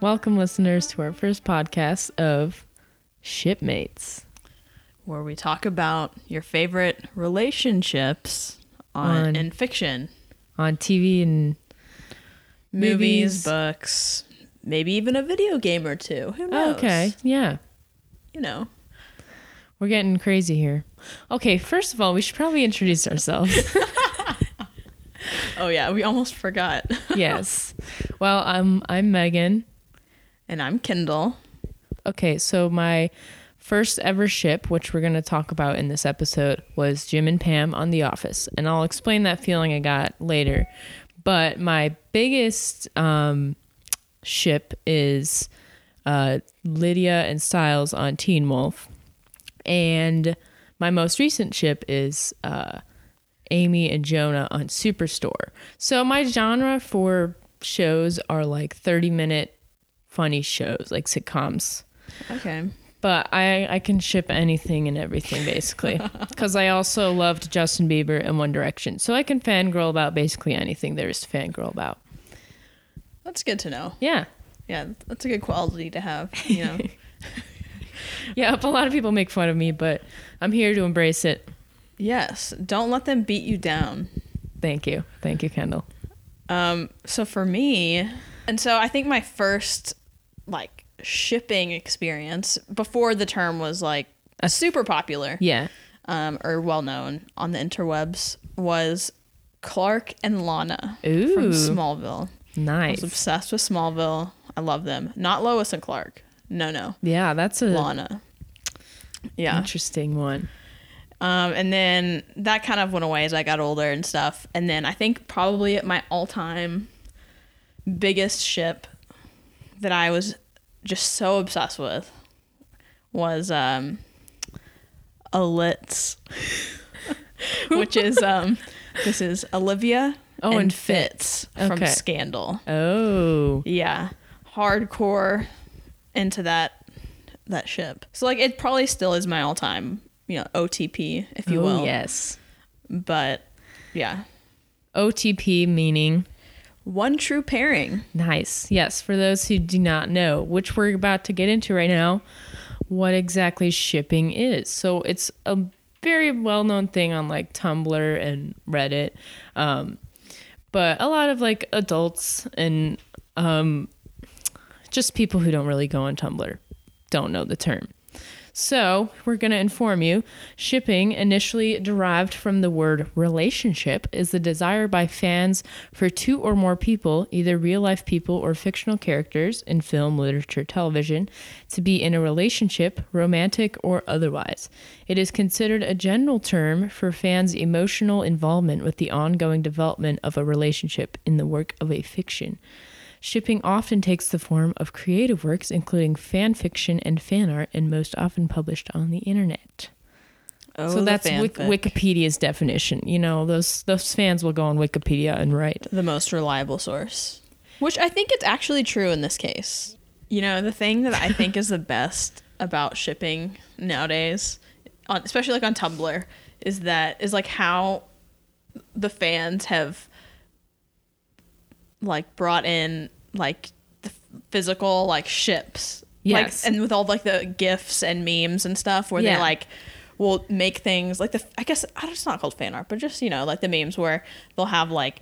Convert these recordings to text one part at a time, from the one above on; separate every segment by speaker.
Speaker 1: Welcome, listeners, to our first podcast of Shipmates
Speaker 2: where we talk about your favorite relationships on,
Speaker 1: On-
Speaker 2: in fiction,
Speaker 1: on TV and Movies.
Speaker 2: movies, books, maybe even a video game or two. Who knows?
Speaker 1: Oh, okay, yeah,
Speaker 2: you know.
Speaker 1: we're getting crazy here. Okay, first of all, we should probably introduce ourselves.
Speaker 2: Oh yeah, we almost forgot.
Speaker 1: yes. Well, I'm I'm Megan.
Speaker 2: and I'm Kendall.
Speaker 1: Okay, so my first ever ship, which we're going to talk about in this episode, was Jim and Pam on The Office. And I'll explain that feeling I got later. But my biggest um, ship is uh, Lydia and Styles on Teen Wolf. And my most recent ship is uh, Amy and Jonah on Superstore. So my genre for shows are like 30 minute funny shows, like sitcoms
Speaker 2: Okay.
Speaker 1: but I I can ship anything and everything basically because I also loved Justin Bieber and One Direction, so I can fangirl about basically anything there is to fangirl about.
Speaker 2: That's good to know.
Speaker 1: Yeah,
Speaker 2: Yeah, that's a good quality to have, you know.
Speaker 1: yeah. A lot of people make fun of me, but I'm here to embrace it.
Speaker 2: yes, don't let them beat you down.
Speaker 1: Thank you, thank you, Kendall.
Speaker 2: Um, so for me, and so I think my first like shipping experience before the term was like super popular
Speaker 1: Yeah,
Speaker 2: um, or well known on the interwebs was Clark and Lana
Speaker 1: Ooh.
Speaker 2: from Smallville. I was
Speaker 1: nice.
Speaker 2: obsessed with Smallville. I love them. Not Lois and Clark. No, no,
Speaker 1: Yeah, that's a
Speaker 2: Lana. Yeah.
Speaker 1: interesting one.
Speaker 2: Um, and then that kind of went away as I got older and stuff. And then I think probably my all time biggest ship that I was just so obsessed with was um, Alitz, which is um, this is Olivia
Speaker 1: Oh,
Speaker 2: and,
Speaker 1: and
Speaker 2: Fitz, from
Speaker 1: Okay.
Speaker 2: Scandal.
Speaker 1: Oh,
Speaker 2: Yeah, hardcore into that that ship. So like it probably still is my all time, you know, OTP if you
Speaker 1: oh,
Speaker 2: will.
Speaker 1: yes.
Speaker 2: But yeah,
Speaker 1: OTP meaning
Speaker 2: one true pairing.
Speaker 1: Nice. Yes. For those who do not know, which we're about to get into right now, what exactly shipping is. So it's a very well known thing on like Tumblr and Reddit. Um, but a lot of like adults and um, just people who don't really go on Tumblr don't know the term. So, we're going to inform you. Shipping, initially derived from the word relationship, is the desire by fans for two or more people, either real life people or fictional characters in film, literature, television, to be in a relationship, romantic or otherwise. It is considered a general term for fans' emotional involvement with the ongoing development of a relationship in the work of a fiction. Shipping often takes the form of creative works, including fan fiction and fan art, and most often published on the internet.
Speaker 2: Oh,
Speaker 1: so that's Wik- Wikipedia's definition. You know, those those fans will go on Wikipedia and write.
Speaker 2: the most reliable source, which I think it's actually true in this case. You know, the thing that I think is the best about shipping nowadays, on, especially like on Tumblr, is that is like how the fans have like brought in like the physical like ships.
Speaker 1: Yes.
Speaker 2: Like, and with all like the gifs and memes and stuff where
Speaker 1: Yeah.
Speaker 2: they like will make things like the I guess I don't- it's not called fan art, but just you know like the memes where they'll have like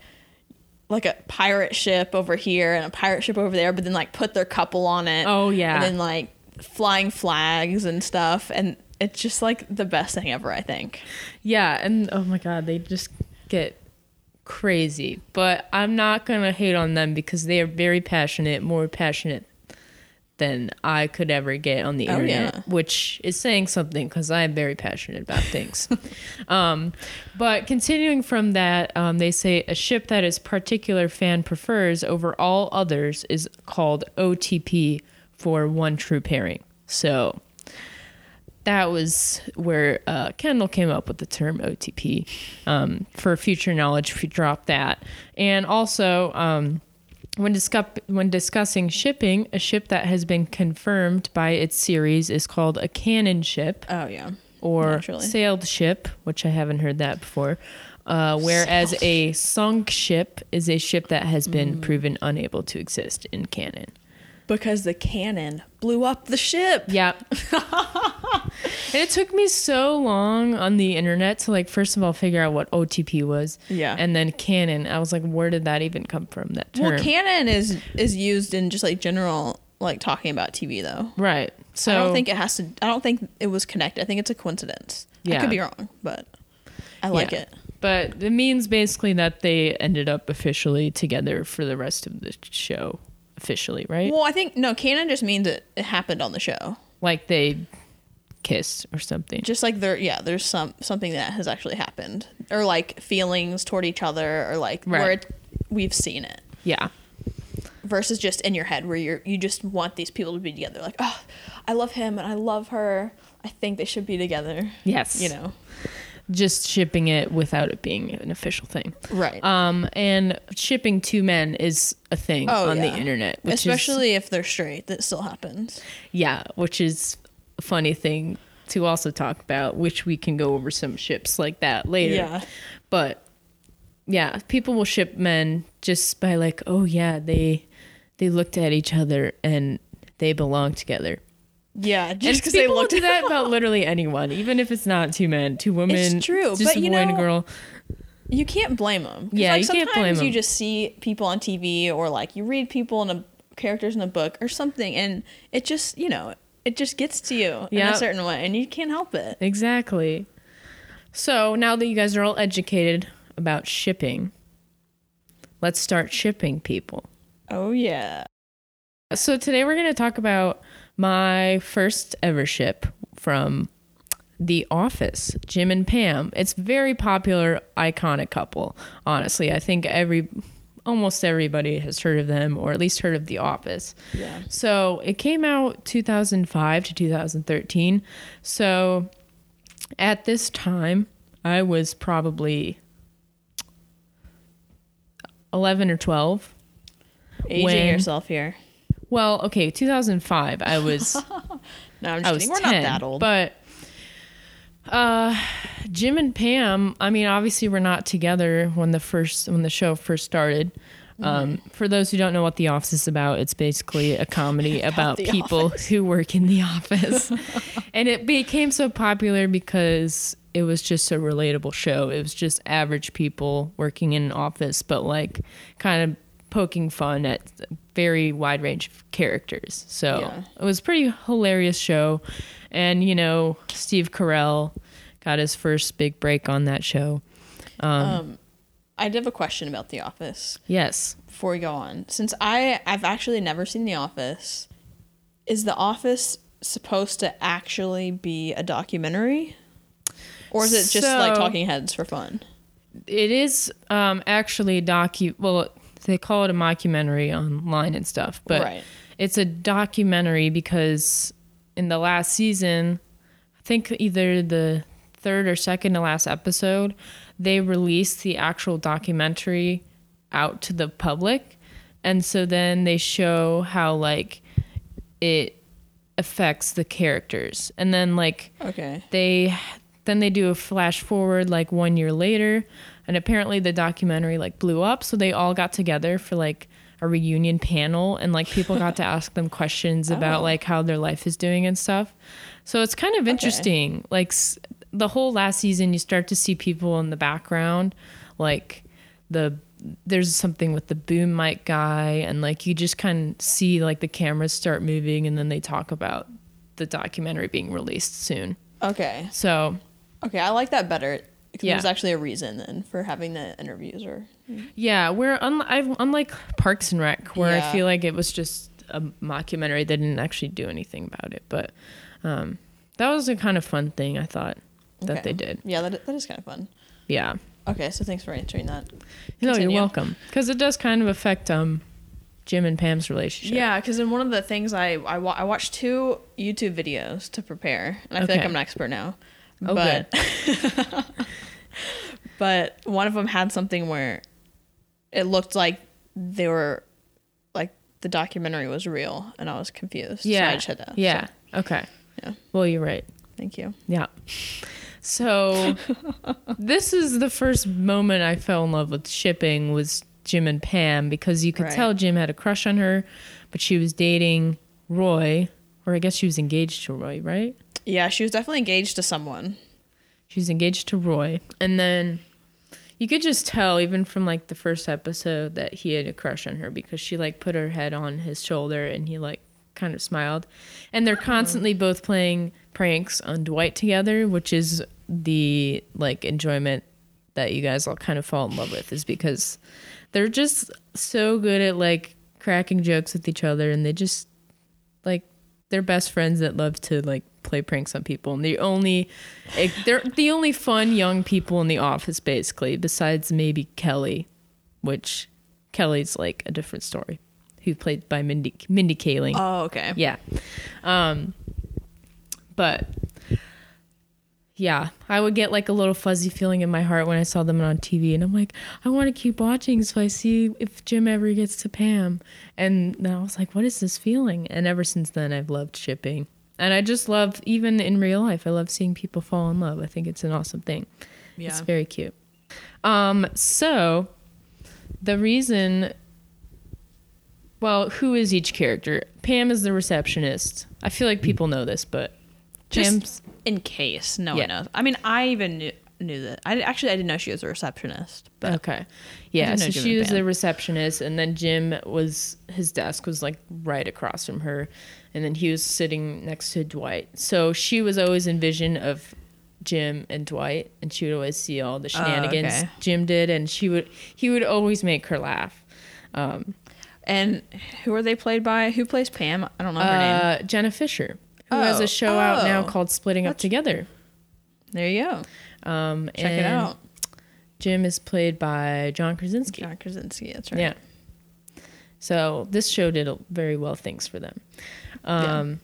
Speaker 2: like a pirate ship over here and a pirate ship over there, but then like put their couple on it.
Speaker 1: Oh, yeah.
Speaker 2: and then like flying flags and stuff, and it's just like the best thing ever. I think.
Speaker 1: Yeah, and oh my god, they just get crazy. But I'm not gonna hate on them because they are very passionate, more passionate than I could ever get on the
Speaker 2: Oh,
Speaker 1: internet,
Speaker 2: yeah.
Speaker 1: which is saying something because I'm very passionate about things. um, but continuing from that, um, they say a ship that is particular fan prefers over all others is called OTP for one true pairing. So that was where uh, Kendall came up with the term OTP. Um, for future knowledge, if you drop that, and also um, when discuss when discussing shipping, a ship that has been confirmed by its series is called a canon ship
Speaker 2: Oh yeah.
Speaker 1: or
Speaker 2: Naturally.
Speaker 1: sailed ship, which I haven't heard that before. Uh, whereas a sunk ship is a ship that has been proven unable to exist in canon.
Speaker 2: because the cannon blew up the ship.
Speaker 1: Yeah. and it took me so long on the internet to like first of all figure out what OTP was.
Speaker 2: Yeah.
Speaker 1: And then canon. I was like, where did that even come from? That term.
Speaker 2: Well, canon is is used in just like general like talking about TV though.
Speaker 1: right. So
Speaker 2: I don't think it has to. I don't think it was connected. I think it's a coincidence. I
Speaker 1: Yeah.
Speaker 2: could be wrong, but I like
Speaker 1: Yeah.
Speaker 2: it.
Speaker 1: But it means basically that they ended up officially together for the rest of the show. Officially, right?
Speaker 2: Well, I think no canon just means it, it happened on the show.
Speaker 1: like they kissed or something.
Speaker 2: Just like there, yeah, there's some something that has actually happened, or like feelings toward each other, or like where
Speaker 1: Right.
Speaker 2: it, we've seen it.
Speaker 1: Yeah.
Speaker 2: versus just in your head where you're you just want these people to be together like oh i love him and i love her i think they should be together
Speaker 1: Yes.
Speaker 2: you know
Speaker 1: Just shipping it without it being an official thing.
Speaker 2: right
Speaker 1: Um, and shipping two men is a thing
Speaker 2: Oh,
Speaker 1: on
Speaker 2: yeah.
Speaker 1: the internet, which is,
Speaker 2: especially if they're straight that still happens
Speaker 1: yeah, which is a funny thing to also talk about, which we can go over some ships like that later.
Speaker 2: Yeah.
Speaker 1: But yeah, people will ship men just by like, oh yeah, they they looked at each other and they belong together.
Speaker 2: yeah
Speaker 1: And
Speaker 2: just because they
Speaker 1: people will
Speaker 2: looked
Speaker 1: do that about literally anyone, even if it's not two men, two women.
Speaker 2: true,
Speaker 1: just
Speaker 2: but
Speaker 1: a
Speaker 2: you
Speaker 1: boy and a
Speaker 2: know-
Speaker 1: girl.
Speaker 2: you can't blame them
Speaker 1: Yeah,
Speaker 2: like
Speaker 1: you can't
Speaker 2: sometimes
Speaker 1: blame
Speaker 2: you
Speaker 1: 'em.
Speaker 2: just see people on tv or like you read people in a characters in a book or something and it just you know it just gets to you in
Speaker 1: Yep.
Speaker 2: a certain way and you can't help it
Speaker 1: Exactly. So now that you guys are all educated about shipping, let's start shipping people.
Speaker 2: oh yeah
Speaker 1: So today we're going to talk about my first ever ship from The Office, Jim and Pam. It's very popular, iconic couple. Honestly, I think every almost everybody has heard of them or at least heard of The Office.
Speaker 2: yeah
Speaker 1: So it came out 2005 to 2013. So at this time, I was probably 11 or 12.
Speaker 2: aging
Speaker 1: When-
Speaker 2: yourself here
Speaker 1: Well, okay, 2005, I was
Speaker 2: no i'm just
Speaker 1: I was
Speaker 2: kidding we're
Speaker 1: 10,
Speaker 2: not that old
Speaker 1: But uh, Jim and Pam, I mean, obviously we're not together when the first when the show first started. Um, For those who don't know what The Office is about, it's basically a comedy about,
Speaker 2: The
Speaker 1: people who work in the office, and it became so popular because it was just a relatable show. It was just average people working in an office, but like kind of poking fun at very wide range of characters. So
Speaker 2: Yeah.
Speaker 1: it was a pretty hilarious show, and you know Steve Carell got his first big break on that show.
Speaker 2: I did have a question about The Office
Speaker 1: Yes.
Speaker 2: before we go on. Since I I've actually never seen The Office, is The Office supposed to actually be a documentary? Or is it just like
Speaker 1: So-
Speaker 2: talking heads for fun?
Speaker 1: it is um, actually docu. Well, they call it a mockumentary online and stuff, but
Speaker 2: Right.
Speaker 1: it's a documentary because in the last season, I think either the third or second to last episode, they released the actual documentary out to the public, and so then they show how like it affects the characters, and then like
Speaker 2: Okay.
Speaker 1: they then they do a flash forward like one year later and apparently the documentary like blew up so they all got together for like a reunion panel and like people got to ask them questions about like how their life is doing and stuff so it's kind of interesting like s- the whole last season you start to see people in the background like the there's something with the boom mic guy and like you just kind of see like the cameras start moving and then they talk about the documentary being released soon
Speaker 2: Okay.
Speaker 1: so
Speaker 2: Okay, I like that better. 'cause
Speaker 1: Yeah.
Speaker 2: There's actually a reason then for having the interviews or
Speaker 1: yeah, we're un- I've, unlike Parks and Rec, where
Speaker 2: Yeah.
Speaker 1: I feel like it was just a mockumentary. They didn't actually do anything about it, but um, that was a kind of fun thing I thought that
Speaker 2: Okay.
Speaker 1: they did.
Speaker 2: Yeah, that, that is kind of fun.
Speaker 1: Yeah,
Speaker 2: Okay, so thanks for answering that.
Speaker 1: no, you're
Speaker 2: Continue.
Speaker 1: welcome because it does kind of affect um, Jim and Pam's relationship.
Speaker 2: Yeah, because in one of the things I I, wa- I watched two YouTube videos to prepare, and I feel like
Speaker 1: Okay.
Speaker 2: I'm an expert now.
Speaker 1: Oh,
Speaker 2: but but one of them had something where it looked like they were like the documentary was real, and I was confused. so
Speaker 1: yeah,
Speaker 2: I just had that.
Speaker 1: yeah. Okay.
Speaker 2: Yeah.
Speaker 1: Well, you're right.
Speaker 2: thank you.
Speaker 1: Yeah. So this is the first moment I fell in love with shipping was Jim and Pam because you could
Speaker 2: Right.
Speaker 1: tell Jim had a crush on her, but she was dating Roy, or I guess she was engaged to Roy, right?
Speaker 2: Yeah, she was definitely engaged to someone.
Speaker 1: She's engaged to Roy. And then you could just tell, even from like the first episode, that he had a crush on her because she like put her head on his shoulder and he like kind of smiled. And they're constantly both playing pranks on Dwight together, which is the like enjoyment that you guys all kind of fall in love with, is because they're just so good at like cracking jokes with each other and they just like they're best friends that love to like play pranks on people and the only like, they're the only fun young people in the office basically besides maybe kelly which kelly's like a different story who played by mindy mindy kaling
Speaker 2: Oh, okay.
Speaker 1: yeah um but yeah i would get like a little fuzzy feeling in my heart when i saw them on tv and i'm like i want to keep watching so i see if jim ever gets to pam and then i was like what is this feeling and ever since then i've loved shipping and i just love even in real life i love seeing people fall in love i think it's an awesome thing
Speaker 2: Yeah.
Speaker 1: it's very cute. Um, so the reason well, who is each character? Pam is the receptionist. I feel like people know this, but
Speaker 2: Just
Speaker 1: Pam's
Speaker 2: in case no
Speaker 1: Yeah.
Speaker 2: one knows. I mean, I even knew, knew that. I actually I didn't know she was a receptionist. But
Speaker 1: okay. Yeah,
Speaker 2: didn't know
Speaker 1: so
Speaker 2: Jim
Speaker 1: she
Speaker 2: and
Speaker 1: was
Speaker 2: Pam.
Speaker 1: the receptionist and then Jim was his desk was like right across from her and then he was sitting next to Dwight. So she was always in vision of Jim and Dwight and she would always see all the shenanigans
Speaker 2: Oh, okay.
Speaker 1: Jim did and she would he would always make her laugh.
Speaker 2: and who are they played by? Who plays Pam? I don't know her name.
Speaker 1: uh, Jenna Fisher, who has
Speaker 2: Oh,
Speaker 1: a show out now
Speaker 2: oh.
Speaker 1: called Splitting Up Together.
Speaker 2: There you go.
Speaker 1: Um,
Speaker 2: Check it
Speaker 1: and
Speaker 2: out.
Speaker 1: Jim is played by John Krasinski.
Speaker 2: John Krasinski. That's right.
Speaker 1: Yeah. So this show did very well things for them.
Speaker 2: Yeah.
Speaker 1: Um,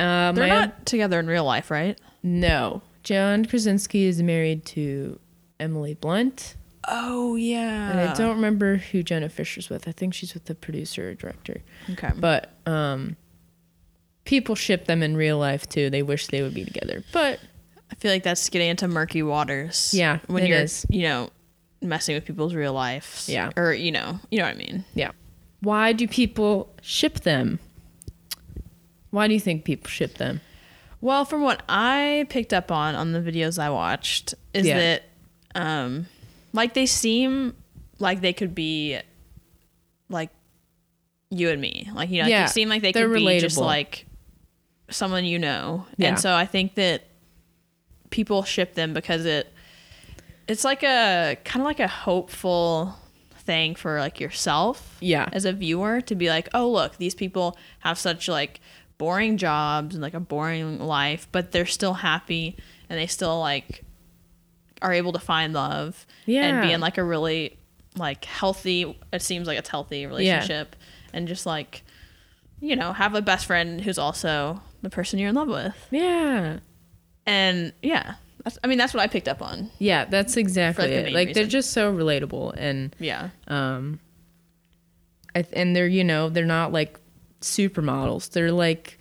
Speaker 1: uh,
Speaker 2: They're
Speaker 1: my
Speaker 2: not together in real life, right?
Speaker 1: no, John Krasinski is married to Emily Blunt,
Speaker 2: Oh yeah.
Speaker 1: and I don't remember who Jenna Fisher's with. I think she's with the producer or director.
Speaker 2: Okay.
Speaker 1: But um, people ship them in real life too. They wish they would be together, but
Speaker 2: I feel like that's getting into murky waters.
Speaker 1: Yeah,
Speaker 2: When
Speaker 1: it
Speaker 2: you're
Speaker 1: is.
Speaker 2: you know messing with people's real life.
Speaker 1: Yeah.
Speaker 2: Or you know you know what I mean.
Speaker 1: Yeah. Why do people ship them? Why do you think people ship them?
Speaker 2: Well, from what I picked up on on the videos I watched, is
Speaker 1: Yeah.
Speaker 2: that um, like they seem like they could be like you and me, like you know, like,
Speaker 1: Yeah,
Speaker 2: they seem like they
Speaker 1: they're
Speaker 2: could be just
Speaker 1: relatable.
Speaker 2: like someone you know,
Speaker 1: Yeah.
Speaker 2: and so I think that people ship them because it it's like a kind of like a hopeful thing for like yourself
Speaker 1: Yeah.
Speaker 2: as a viewer to be like, oh, look, these people have such like boring jobs and like a boring life, but they're still happy and they still like are able to find love and be
Speaker 1: Yeah.
Speaker 2: in like a really like healthy, it seems like it's healthy relationship and just like, you know, have a best friend who's also the person you're in love with.
Speaker 1: Yeah.
Speaker 2: And yeah, that's, I mean, that's what I picked up on.
Speaker 1: Yeah, that's exactly
Speaker 2: the
Speaker 1: it.
Speaker 2: main
Speaker 1: Like they're
Speaker 2: reason.
Speaker 1: just so relatable and
Speaker 2: Yeah.
Speaker 1: um I, th- and they're, you know, they're not like supermodels. They're like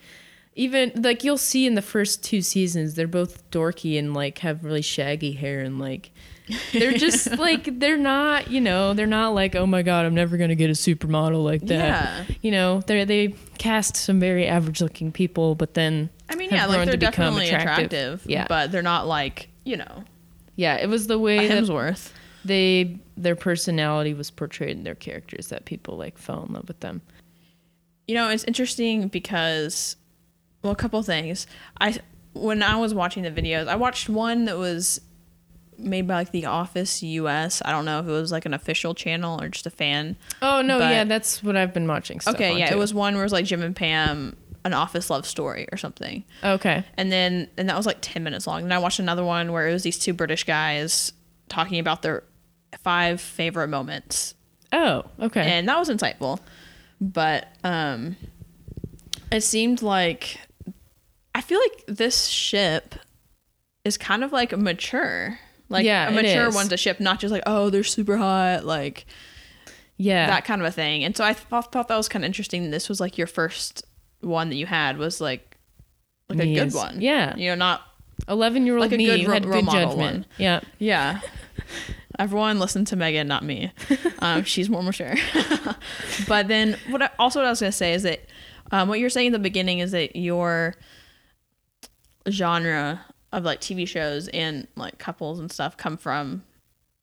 Speaker 1: even like you'll see in the first two seasons, they're both dorky and like have really shaggy hair and like they're just like they're not, you know, they're not like oh my god, I'm never going to get a supermodel like that.
Speaker 2: Yeah.
Speaker 1: you know, they they cast some very average looking people, but then
Speaker 2: I mean,
Speaker 1: have
Speaker 2: yeah, like
Speaker 1: grown
Speaker 2: they're
Speaker 1: to become
Speaker 2: definitely attractive,
Speaker 1: Yeah,
Speaker 2: but they're not like, you know,
Speaker 1: yeah, it was the way that
Speaker 2: Hemsworth.
Speaker 1: they their personality was portrayed in their characters that people like fell in love with them.
Speaker 2: you know it's interesting because well a couple things i when i was watching the videos i watched one that was made by like the office us i don't know if it was like an official channel or just a fan
Speaker 1: Oh no,
Speaker 2: But-
Speaker 1: yeah, that's what I've been watching. Stuff
Speaker 2: okay
Speaker 1: on,
Speaker 2: yeah
Speaker 1: too.
Speaker 2: it was one where it was like jim and pam an office love story or something
Speaker 1: okay.
Speaker 2: and then and that was like 10 minutes long and i watched another one where it was these two british guys talking about their five favorite moments
Speaker 1: Oh, okay.
Speaker 2: and that was insightful but um it seemed like i feel like this ship is kind of like mature like
Speaker 1: Yeah,
Speaker 2: a
Speaker 1: it
Speaker 2: mature
Speaker 1: is.
Speaker 2: one's a ship not just like oh they're super hot like
Speaker 1: yeah,
Speaker 2: that kind of a thing and so i thought, thought that was kind of interesting this was like your first one that you had was like like
Speaker 1: Me
Speaker 2: a good
Speaker 1: is-
Speaker 2: one
Speaker 1: yeah.
Speaker 2: you know not
Speaker 1: eleven year old
Speaker 2: Like a
Speaker 1: me
Speaker 2: good
Speaker 1: who
Speaker 2: ro-
Speaker 1: had
Speaker 2: role
Speaker 1: good
Speaker 2: model
Speaker 1: judgment.
Speaker 2: one.
Speaker 1: Yeah,
Speaker 2: yeah Everyone listen to Megan, not me. Um, she's more mature. but then, what I, also what I was gonna say is that um, what you're saying at the beginning is that your genre of like TV shows and like couples and stuff come from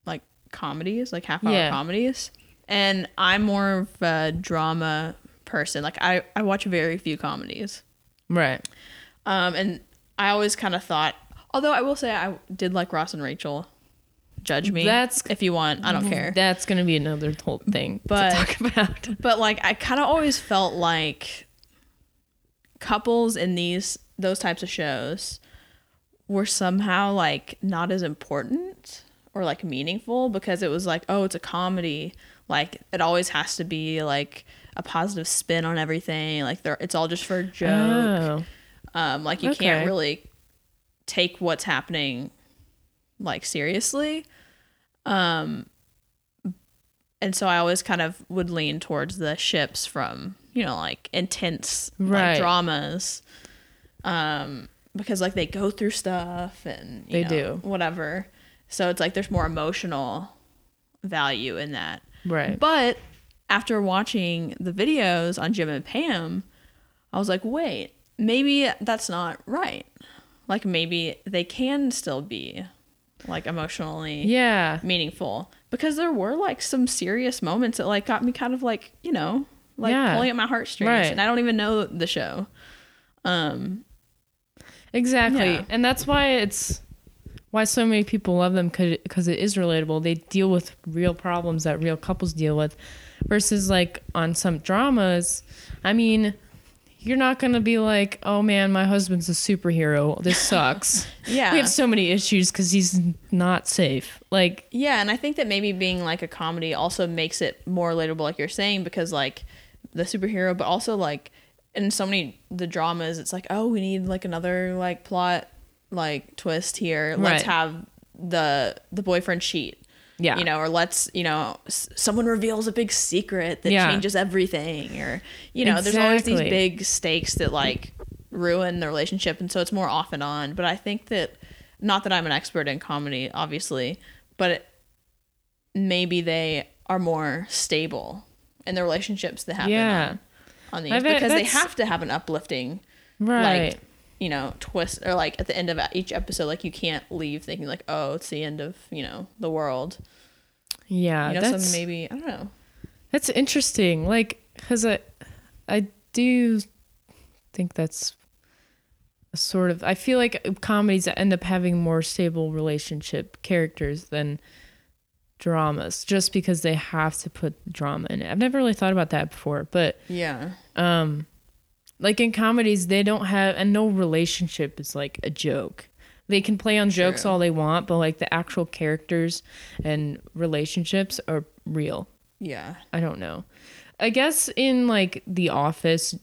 Speaker 2: like comedies, like half hour
Speaker 1: Yeah.
Speaker 2: comedies. And I'm more of a drama person. Like I, I watch very few comedies.
Speaker 1: Right.
Speaker 2: Um, and I always kind of thought, although I will say I did like Ross and Rachel. Judge me
Speaker 1: That's-
Speaker 2: if you want. I don't care.
Speaker 1: That's gonna be another whole thing
Speaker 2: But-
Speaker 1: to talk about.
Speaker 2: but like I kind of always felt like couples in these those types of shows were somehow like not as important or like meaningful because it was like oh it's a comedy like it always has to be like a positive spin on everything like they're, it's all just for a joke
Speaker 1: Oh.
Speaker 2: um, like you
Speaker 1: Okay.
Speaker 2: can't really take what's happening like seriously. Um, and so I always kind of would lean towards the ships from you know like intense like,
Speaker 1: Right.
Speaker 2: dramas, um, because like they go through stuff and
Speaker 1: They
Speaker 2: you know,
Speaker 1: do.
Speaker 2: whatever. So it's like there's more emotional value in that.
Speaker 1: Right.
Speaker 2: But after watching the videos on Jim and Pam, I was like, wait, maybe that's not right. Like maybe they can still be like emotionally
Speaker 1: yeah.
Speaker 2: meaningful because there were like some serious moments that like got me kind of like, you know, like
Speaker 1: Yeah.
Speaker 2: pulling at my heartstrings
Speaker 1: Right.
Speaker 2: and I don't even know the show. Um
Speaker 1: Exactly.
Speaker 2: Yeah.
Speaker 1: And that's why it's why so many people love them because it is relatable. They deal with real problems that real couples deal with versus like on some dramas. I mean, you're not going to be like, oh man, my husband's a superhero. This sucks.
Speaker 2: yeah.
Speaker 1: We have so many issues because he's not safe. Like,
Speaker 2: Yeah, and I think that maybe being like a comedy also makes it more relatable, like you're saying, because like the superhero, but also like in so many the dramas, it's like oh, we need like another like plot like twist here. Let's
Speaker 1: Right.
Speaker 2: have the the boyfriend cheat.
Speaker 1: Yeah.
Speaker 2: you know, or let's you know s- someone reveals a big secret that
Speaker 1: Yeah.
Speaker 2: changes everything, or you know, there's always these
Speaker 1: Exactly.
Speaker 2: big stakes that like ruin the relationship, and so it's more off and on. But I think that not that I'm an expert in comedy, obviously, but it, maybe they are more stable in the relationships that happen
Speaker 1: Yeah.
Speaker 2: on, on these
Speaker 1: I bet
Speaker 2: because they
Speaker 1: that's-
Speaker 2: have to have an uplifting
Speaker 1: right.
Speaker 2: like you know twist or like at the end of each episode like you can't leave thinking like oh it's the end of you know the world
Speaker 1: yeah.
Speaker 2: you know
Speaker 1: that's,
Speaker 2: so maybe i don't know
Speaker 1: That's interesting. Like, cause I, I do think that's a sort of. I feel like comedies end up having more stable relationship characters than dramas, just because they have to put drama in it. I've never really thought about that before, but
Speaker 2: yeah
Speaker 1: like in comedies, they don't have, and no relationship is like a joke. They can play on jokes all they want, but like the actual characters and relationships are real.
Speaker 2: yeah
Speaker 1: I don't know. I guess in like The Office,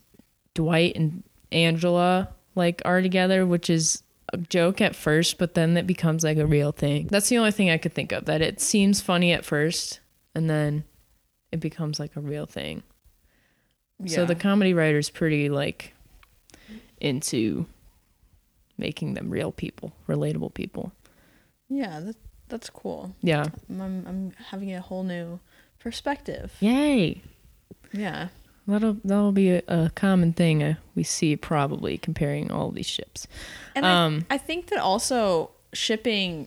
Speaker 1: Dwight and Angela like are together, which is a joke at first, but then it becomes like a real thing. That's the only thing I could think of that it seems funny at first and then it becomes like a real thing. So
Speaker 2: Yeah.
Speaker 1: the comedy writer's pretty like into making them real people, relatable people.
Speaker 2: yeah that, that's cool
Speaker 1: Yeah.
Speaker 2: I'm, I'm having a whole new perspective
Speaker 1: Yay.
Speaker 2: yeah
Speaker 1: That'll that'll be a, a common thing uh, we see probably comparing all these ships.
Speaker 2: And I-
Speaker 1: Um,
Speaker 2: I, think that also shipping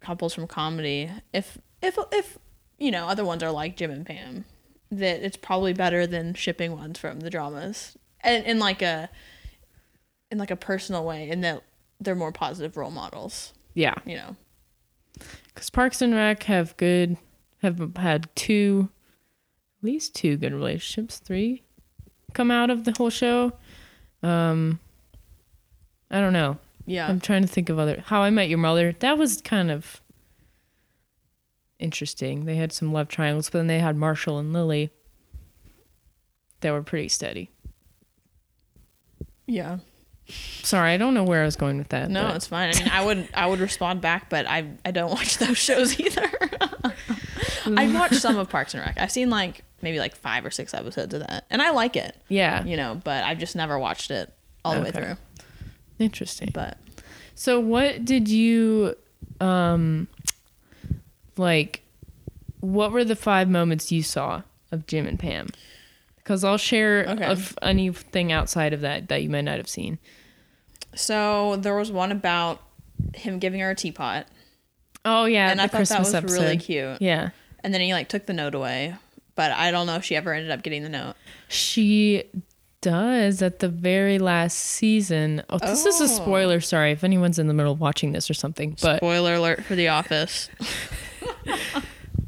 Speaker 2: couples from comedy, if if if you know other ones are like Jim and Pam, that it's probably better than shipping ones from the dramas, and in like a in like a personal way, in that they're more positive role models.
Speaker 1: Yeah,
Speaker 2: You know,
Speaker 1: because Parks and Rec have good have had two, at least two good relationships. Three come out of the whole show. Um, I don't know.
Speaker 2: yeah,
Speaker 1: I'm trying to think of other. How I Met Your Mother. That was kind of interesting. They had some love triangles, but then they had Marshall and Lily. That were pretty steady.
Speaker 2: yeah.
Speaker 1: Sorry, I don't know where I was going with that.
Speaker 2: No,
Speaker 1: but-
Speaker 2: it's fine. I mean, I would I would respond back, but I I don't watch those shows either. I've watched some of Parks and Rec. I've seen like maybe like five or six episodes of that, and I like it.
Speaker 1: yeah,
Speaker 2: you know, but I've just never watched it all the way
Speaker 1: Okay.
Speaker 2: through.
Speaker 1: interesting.
Speaker 2: But
Speaker 1: So what did you um like what were the five moments you saw of Jim and Pam? Because I'll share
Speaker 2: Okay.
Speaker 1: of anything outside of that that you might not have seen.
Speaker 2: So there was one about him giving her a teapot,
Speaker 1: Oh yeah,
Speaker 2: and
Speaker 1: the
Speaker 2: I thought
Speaker 1: Christmas
Speaker 2: that was
Speaker 1: episode.
Speaker 2: really cute.
Speaker 1: Yeah,
Speaker 2: And then he like took the note away, but I don't know if she ever ended up getting the note.
Speaker 1: she does at the very last season. Oh, this is a
Speaker 2: Oh.
Speaker 1: spoiler. Sorry if anyone's in the middle of watching this or something, but
Speaker 2: Spoiler alert for The Office.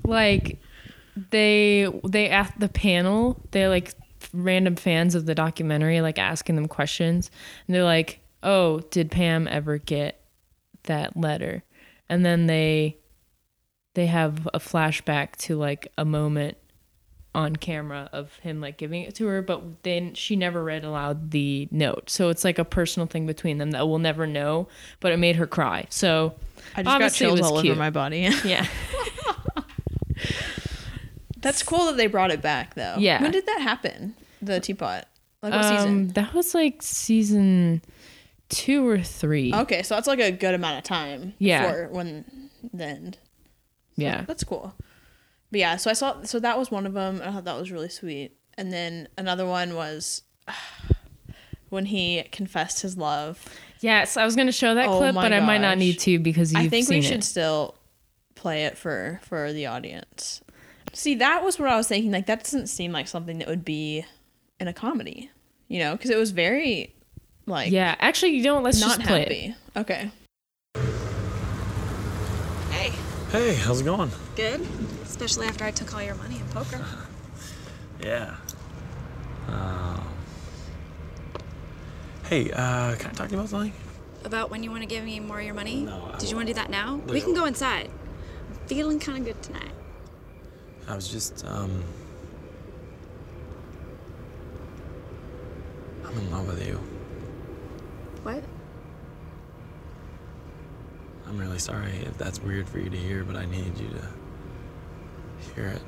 Speaker 1: like they they asked the panel they're like random fans of the documentary like asking them questions and they're like oh did pam ever get that letter and then they they have a flashback to like a moment on camera of him like giving it to her but then she never read aloud the note so it's like a personal thing between them that we'll never know but it made her cry so
Speaker 2: I just
Speaker 1: Obviously, it
Speaker 2: got chills
Speaker 1: was
Speaker 2: all
Speaker 1: cute.
Speaker 2: over my body.
Speaker 1: yeah
Speaker 2: That's cool that they brought it back though.
Speaker 1: Yeah.
Speaker 2: When did that happen? The teapot. Like what
Speaker 1: Um,
Speaker 2: season?
Speaker 1: That was like season two or three.
Speaker 2: Okay, so that's like a good amount of time.
Speaker 1: Yeah.
Speaker 2: Before when the end.
Speaker 1: Yeah.
Speaker 2: That's cool. But yeah, so I saw so that was one of them. I thought that was really sweet. And then another one was when he confessed his love.
Speaker 1: Yes, I was going to show that
Speaker 2: Oh
Speaker 1: clip,
Speaker 2: my
Speaker 1: but I might not
Speaker 2: gosh.
Speaker 1: need to because you've
Speaker 2: I think
Speaker 1: seen
Speaker 2: we should
Speaker 1: it.
Speaker 2: still play it for for the audience. See, that was what I was thinking. Like that doesn't seem like something that would be in a comedy, you know, because it was very like
Speaker 1: Yeah, actually, you don't. Let's
Speaker 2: not
Speaker 1: just play it.
Speaker 2: happy. Okay.
Speaker 3: Hey,
Speaker 4: Hey, how's it going?
Speaker 3: good. Especially after I took all your money in poker.
Speaker 4: Yeah. Um, hey, uh, can I talk to you about something?
Speaker 3: About when you want to give me more of your money?
Speaker 4: No, I
Speaker 3: Did you want to do that now?
Speaker 4: No.
Speaker 3: We can go inside. I'm feeling kind of good tonight.
Speaker 4: I was just, um. I'm in love with you.
Speaker 3: What?
Speaker 4: I'm really sorry if that's weird for you to hear, but I needed you to hear it.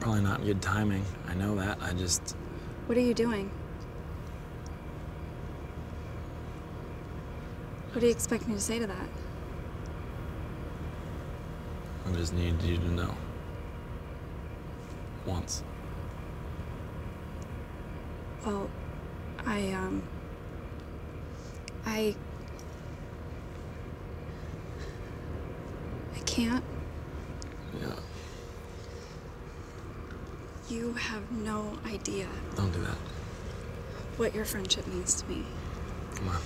Speaker 4: Probably not good timing. I know that. I just.
Speaker 3: What are you doing? What do you expect me to say to that?
Speaker 4: I just needed you to know. Once.
Speaker 3: Well, I, um. I. I can't.
Speaker 4: Yeah.
Speaker 3: You have no idea
Speaker 4: Don't do that.
Speaker 3: what your friendship means to me.
Speaker 4: Come on.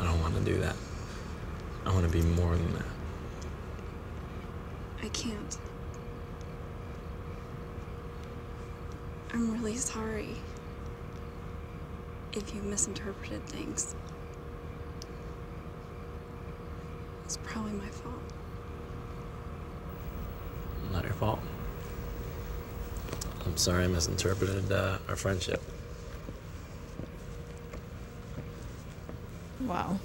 Speaker 4: I don't want to do that. I want to be more than that.
Speaker 3: I can't. I'm really sorry if you misinterpreted things. It's probably my fault.
Speaker 4: Not your fault. I'm sorry I misinterpreted uh, our friendship.
Speaker 2: Wow.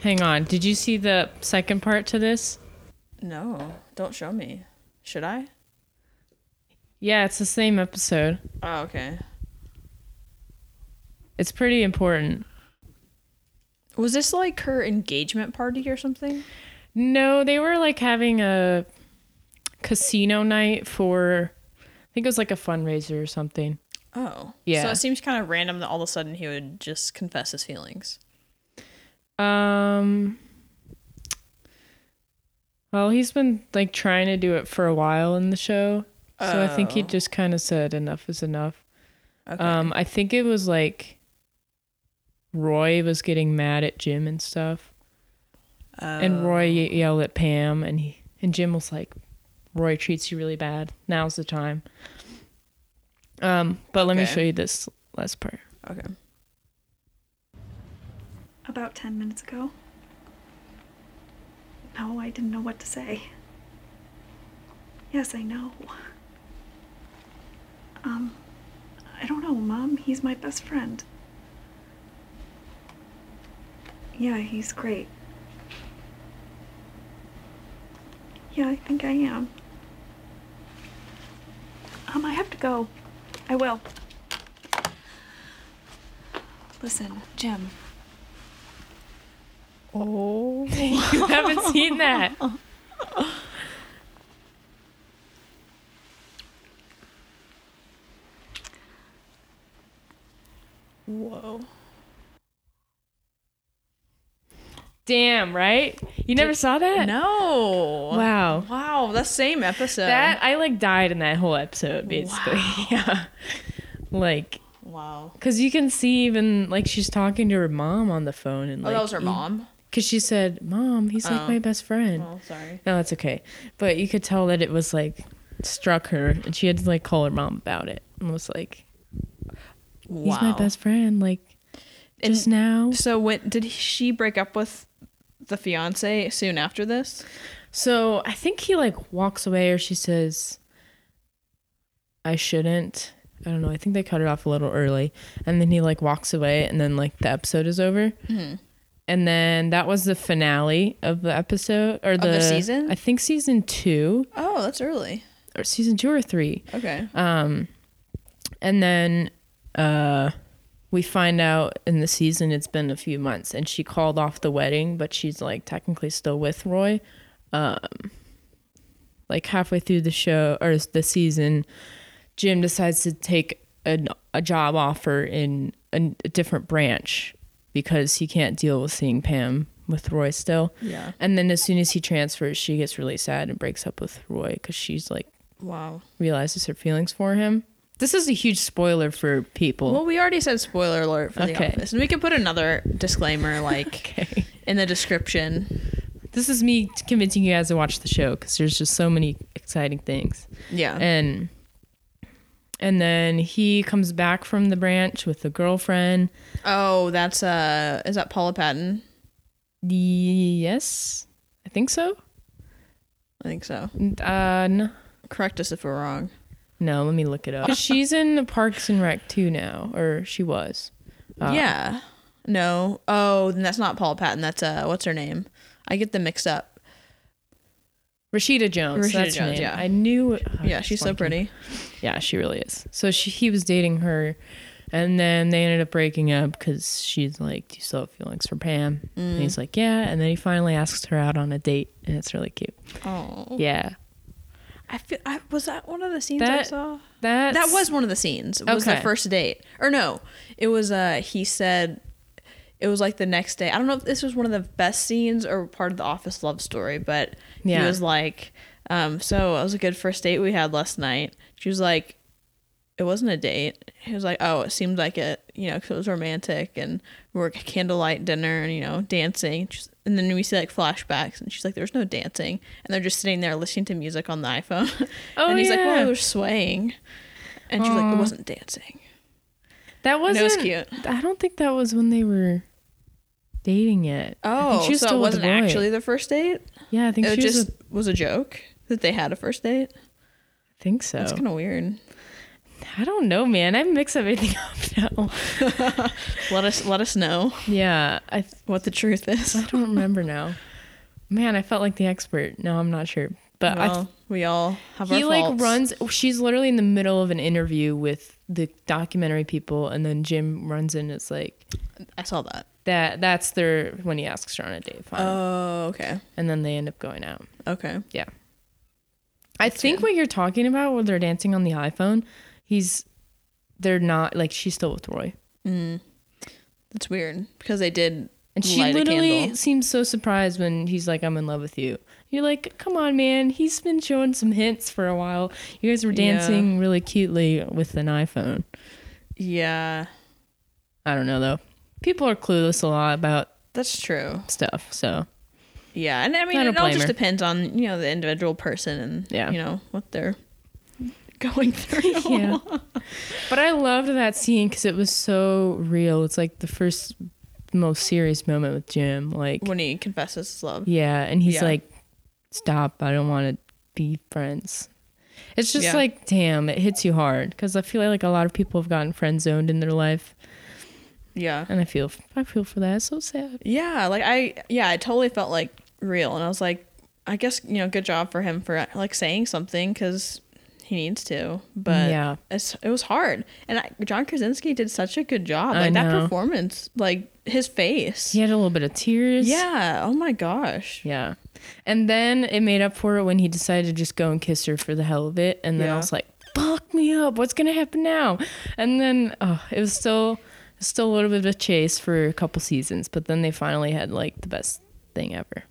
Speaker 1: Hang on. Did you see the second part to this?
Speaker 2: No, don't show me. Should I?
Speaker 1: Yeah, it's the same episode.
Speaker 2: Oh, okay.
Speaker 1: It's pretty important.
Speaker 2: Was this like her engagement party or something?
Speaker 1: No, they were like having a casino night for, I think it was like a fundraiser or something.
Speaker 2: Oh.
Speaker 1: Yeah.
Speaker 2: So it seems kind of random that all of a sudden he would just confess his feelings.
Speaker 1: Um. Well, he's been like trying to do it for a while in the show, so I think he
Speaker 2: Oh.
Speaker 1: just kind of said enough is enough.
Speaker 2: Okay.
Speaker 1: Um, I think it was like Roy was getting mad at Jim and stuff,
Speaker 2: Uh,
Speaker 1: and Roy ye-
Speaker 2: Oh.
Speaker 1: yelled at Pam, and he and Jim was like, "Roy treats you really bad. Now's the time." Um, but let me
Speaker 2: Okay.
Speaker 1: show you this last part.
Speaker 2: Okay.
Speaker 5: About 10 minutes ago. No, I didn't know what to say. Yes, I know. Um, I don't know, Mom. He's my best friend. Yeah, he's great. Yeah, I think I am. Um, I have to go. I will. Listen, Jim.
Speaker 2: Oh.
Speaker 1: you haven't seen that.
Speaker 2: Whoa.
Speaker 1: Damn, right? You never saw that?
Speaker 2: No.
Speaker 1: Wow.
Speaker 2: Wow, that same episode.
Speaker 1: That I like died in that whole episode basically. Yeah. Like
Speaker 2: Wow.
Speaker 1: Because you can see even like she's talking to her mom on the phone and
Speaker 2: Oh,
Speaker 1: like
Speaker 2: that was her mom.
Speaker 1: because she said, "Mom, he's like my best friend."
Speaker 2: Oh, sorry.
Speaker 1: No, that's okay. But you could tell that it was like struck her, and she had to like call her mom about it and was like,
Speaker 2: Wow.
Speaker 1: "He's my best friend." Like
Speaker 2: And
Speaker 1: just now.
Speaker 2: So when did she break up with the fiance soon after this?
Speaker 1: So I think he like walks away, or she says, "I shouldn't." I don't know. I think they cut it off a little early, and then he like walks away, and then like the episode is over.
Speaker 2: Mm-hmm.
Speaker 1: And then that was the finale of the episode or
Speaker 2: the
Speaker 1: the,
Speaker 2: season?
Speaker 1: I think season two
Speaker 2: Oh, that's early.
Speaker 1: or season two or three.
Speaker 2: Okay.
Speaker 1: Um, And then uh, we find out in the season it's been a few months, and she called off the wedding, but she's like technically still with Roy. Um, like halfway through the show or the season, Jim decides to take an, a job offer in a, a different branch because he can't deal with seeing Pam with Roy still.
Speaker 2: Yeah.
Speaker 1: And then as soon as he transfers, she gets really sad and breaks up with Roy because she's like
Speaker 2: wow.
Speaker 1: realizes her feelings for him. This is a huge spoiler for people.
Speaker 2: Well, we already said spoiler alert for The
Speaker 1: Okay.
Speaker 2: Office, and we can put another disclaimer like
Speaker 1: okay.
Speaker 2: in the description.
Speaker 1: This is me convincing you guys to watch the show because there's just so many exciting things.
Speaker 2: Yeah.
Speaker 1: And and then he comes back from the branch with the girlfriend.
Speaker 2: oh, that's uh, is that Paula Patton?
Speaker 1: Yes, I think so.
Speaker 2: I think so.
Speaker 1: Uh, no,
Speaker 2: Correct us if we're wrong.
Speaker 1: no, let me look it up. She's in Parks and Rec too now, or she was.
Speaker 2: yeah. No. Oh, then that's not Paula Patton. That's uh, what's her name? I get them mixed up.
Speaker 1: Rashida Jones.
Speaker 2: Rashida
Speaker 1: that's her
Speaker 2: Jones,
Speaker 1: name.
Speaker 2: yeah.
Speaker 1: I knew. it- oh,
Speaker 2: yeah,
Speaker 1: it's
Speaker 2: she's so
Speaker 1: like-
Speaker 2: pretty.
Speaker 1: Yeah, she really is. So she he was dating her, and then they ended up breaking up because she's like, "Do you still have feelings for Pam?"
Speaker 2: Mm.
Speaker 1: And he's like, "Yeah." And then he finally asks her out on a date, and it's really cute.
Speaker 2: Oh.
Speaker 1: Yeah,
Speaker 2: I feel. I, was that one of the scenes I
Speaker 1: That-
Speaker 2: saw?
Speaker 1: that
Speaker 2: that was one of the scenes. It was the
Speaker 1: Okay.
Speaker 2: first date. Or no, it was uh he said it was like the next day. I don't know if this was one of the best scenes or part of the office love story, but he
Speaker 1: Yeah.
Speaker 2: was like um so it was a good first date we had last night. She was like it wasn't a date. He was like, "Oh, it seemed like it, you know, 'cause it was romantic and we were at candlelight dinner and you know, dancing." She's- And then we see like flashbacks, and she's like, "There's no dancing," and they're just sitting there listening to music on the iPhone.
Speaker 1: Oh,
Speaker 2: and he's like,
Speaker 1: yeah.
Speaker 2: "Well, they're swaying," and she's like, "It wasn't dancing."
Speaker 1: that wasn't.
Speaker 2: was cute.
Speaker 1: I don't think that was when they were dating yet. I think she was
Speaker 2: Oh, so
Speaker 1: still
Speaker 2: it
Speaker 1: with
Speaker 2: wasn't
Speaker 1: Roy.
Speaker 2: actually the first date.
Speaker 1: Yeah, I think
Speaker 2: It
Speaker 1: she was.
Speaker 2: just
Speaker 1: with-
Speaker 2: was a joke that they had a first date.
Speaker 1: I think so.
Speaker 2: That's kind of weird.
Speaker 1: I don't know, man. I mix everything up now.
Speaker 2: Let us let us know
Speaker 1: yeah, I th-
Speaker 2: what the truth is.
Speaker 1: I don't remember now. Man, I felt like the expert. No, I'm not sure, but I.
Speaker 2: Well, we all have
Speaker 1: he
Speaker 2: our
Speaker 1: like
Speaker 2: faults.
Speaker 1: runs oh, she's literally in the middle of an interview with the documentary people and then jim runs in it's like
Speaker 2: I saw that.
Speaker 1: that that's their when he asks her on a date fine.
Speaker 2: Oh, okay,
Speaker 1: and then they end up going out
Speaker 2: okay.
Speaker 1: yeah i think what you're talking about where they're dancing on the iphone he's they're not like she's still with roy
Speaker 2: Hmm. That's weird because they did
Speaker 1: and she
Speaker 2: light a
Speaker 1: literally
Speaker 2: candle.
Speaker 1: seems so surprised when he's like i'm in love with you you're like come on man he's been showing some hints for a while you guys were
Speaker 2: Yeah.
Speaker 1: dancing really cutely with an iphone
Speaker 2: Yeah,
Speaker 1: I don't know though. People are clueless a lot about
Speaker 2: that's true.
Speaker 1: stuff, so
Speaker 2: Yeah, and I mean
Speaker 1: I don't
Speaker 2: it all
Speaker 1: blame
Speaker 2: just
Speaker 1: her.
Speaker 2: depends on you know the individual person and
Speaker 1: Yeah.
Speaker 2: you know what they're going through.
Speaker 1: yeah. but I loved that scene because it was so real. It's like the first most serious moment with Jim. Like,
Speaker 2: when he confesses his love.
Speaker 1: yeah, and he's
Speaker 2: Yeah.
Speaker 1: like, "Stop! I don't want to be friends." It's just
Speaker 2: Yeah.
Speaker 1: like, damn, it hits you hard because I feel like a lot of people have gotten friend zoned in their life,
Speaker 2: Yeah.
Speaker 1: and I feel I feel for that. It's so sad.
Speaker 2: Yeah, like I yeah, I totally felt like real and I was like I guess, you know, good job for him for like saying something cuz he needs to, but
Speaker 1: Yeah.
Speaker 2: it's, it was hard. And I, John Krasinski did such a good job.
Speaker 1: I
Speaker 2: Like that
Speaker 1: know.
Speaker 2: performance, like his face.
Speaker 1: He had a little bit of tears.
Speaker 2: Yeah. Oh my gosh.
Speaker 1: Yeah. And then it made up for it when he decided to just go and kiss her for the hell of it. And then
Speaker 2: Yeah.
Speaker 1: I was like, fuck me up. What's going to happen now? And then oh, it was still still a little bit of a chase for a couple seasons. But then they finally had like the best thing ever.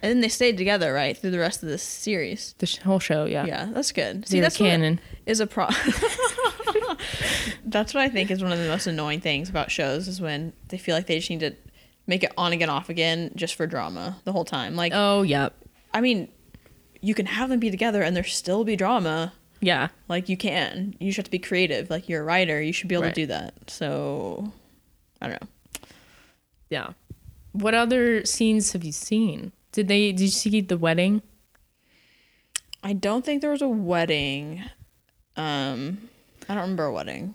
Speaker 2: And then they stayed together, right, through the rest of this series.
Speaker 1: The sh- whole show. Yeah.
Speaker 2: Yeah, that's good.
Speaker 1: Zero
Speaker 2: that's
Speaker 1: canon.
Speaker 2: What is a pro. that's what I think is one of the most annoying things about shows is when they feel like they just need to make it on again, off again, just for drama the whole time. Like,
Speaker 1: Oh, yep.
Speaker 2: I mean, you can have them be together and there still be drama.
Speaker 1: Yeah.
Speaker 2: Like, you can. You just have to be creative. Like, you're a writer. You should be able
Speaker 1: Right.
Speaker 2: to do that. So, I don't know.
Speaker 1: Yeah. What other scenes have you seen? Did they did you see the wedding?
Speaker 2: I don't think there was a wedding. Um, I don't remember a wedding.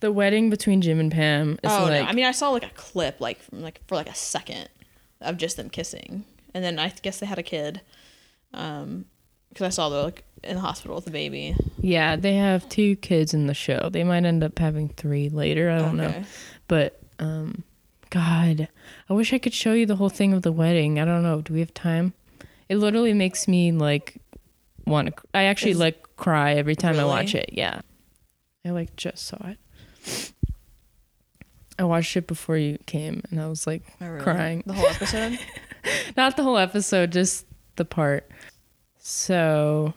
Speaker 1: The wedding between Jim and Pam is
Speaker 2: oh
Speaker 1: like
Speaker 2: no! I mean, I saw like a clip, like from, like for like a second, of just them kissing, and then I guess they had a kid, um, because I saw they're like in the hospital with the baby.
Speaker 1: Yeah, they have two kids in the show. They might end up having three later. I don't
Speaker 2: Okay.
Speaker 1: know. But um God, I wish I could show you the whole thing of the wedding. I don't know. Do we have time? It literally makes me like want to. I actually
Speaker 2: Is-
Speaker 1: like cry every time I watch
Speaker 2: Really?
Speaker 1: it. Yeah, I like just saw it. I watched it before you came, and I was like crying.
Speaker 2: the whole episode.
Speaker 1: Not the whole episode, just the part. So,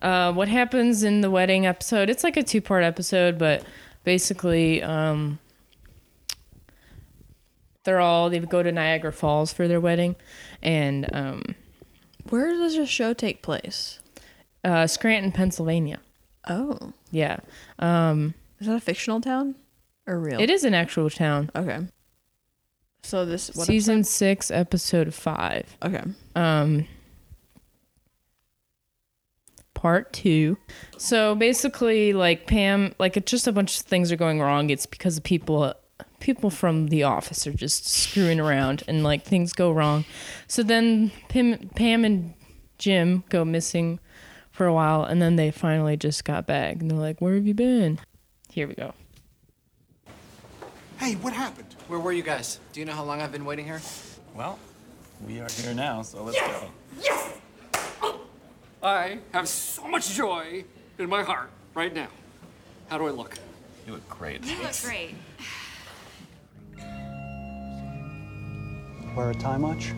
Speaker 1: uh, what happens in the wedding episode? It's like a two part episode, but basically, um, they're all, they go to Niagara Falls for their wedding. And um,
Speaker 2: Where does this show take place?
Speaker 1: uh, Scranton, Pennsylvania.
Speaker 2: Oh,
Speaker 1: Yeah. Um,
Speaker 2: is that a fictional town or real?
Speaker 1: it is an actual town.
Speaker 2: Okay. So this what
Speaker 1: Season six, episode five.
Speaker 2: episode? Okay.
Speaker 1: um part two so basically like pam like it's just a bunch of things are going wrong it's because of people people from the office are just screwing around and like things go wrong so then pam, pam and jim go missing for a while and then they finally just got back and they're like where have you been here we go
Speaker 6: Hey, what happened?
Speaker 7: Where were you guys? Do you know how long I've been waiting here?
Speaker 4: Well, we are here now, so let's go.
Speaker 8: I have so much joy in my heart right now. How do I look?
Speaker 4: You look great.
Speaker 9: Great.
Speaker 10: Wear a tie much?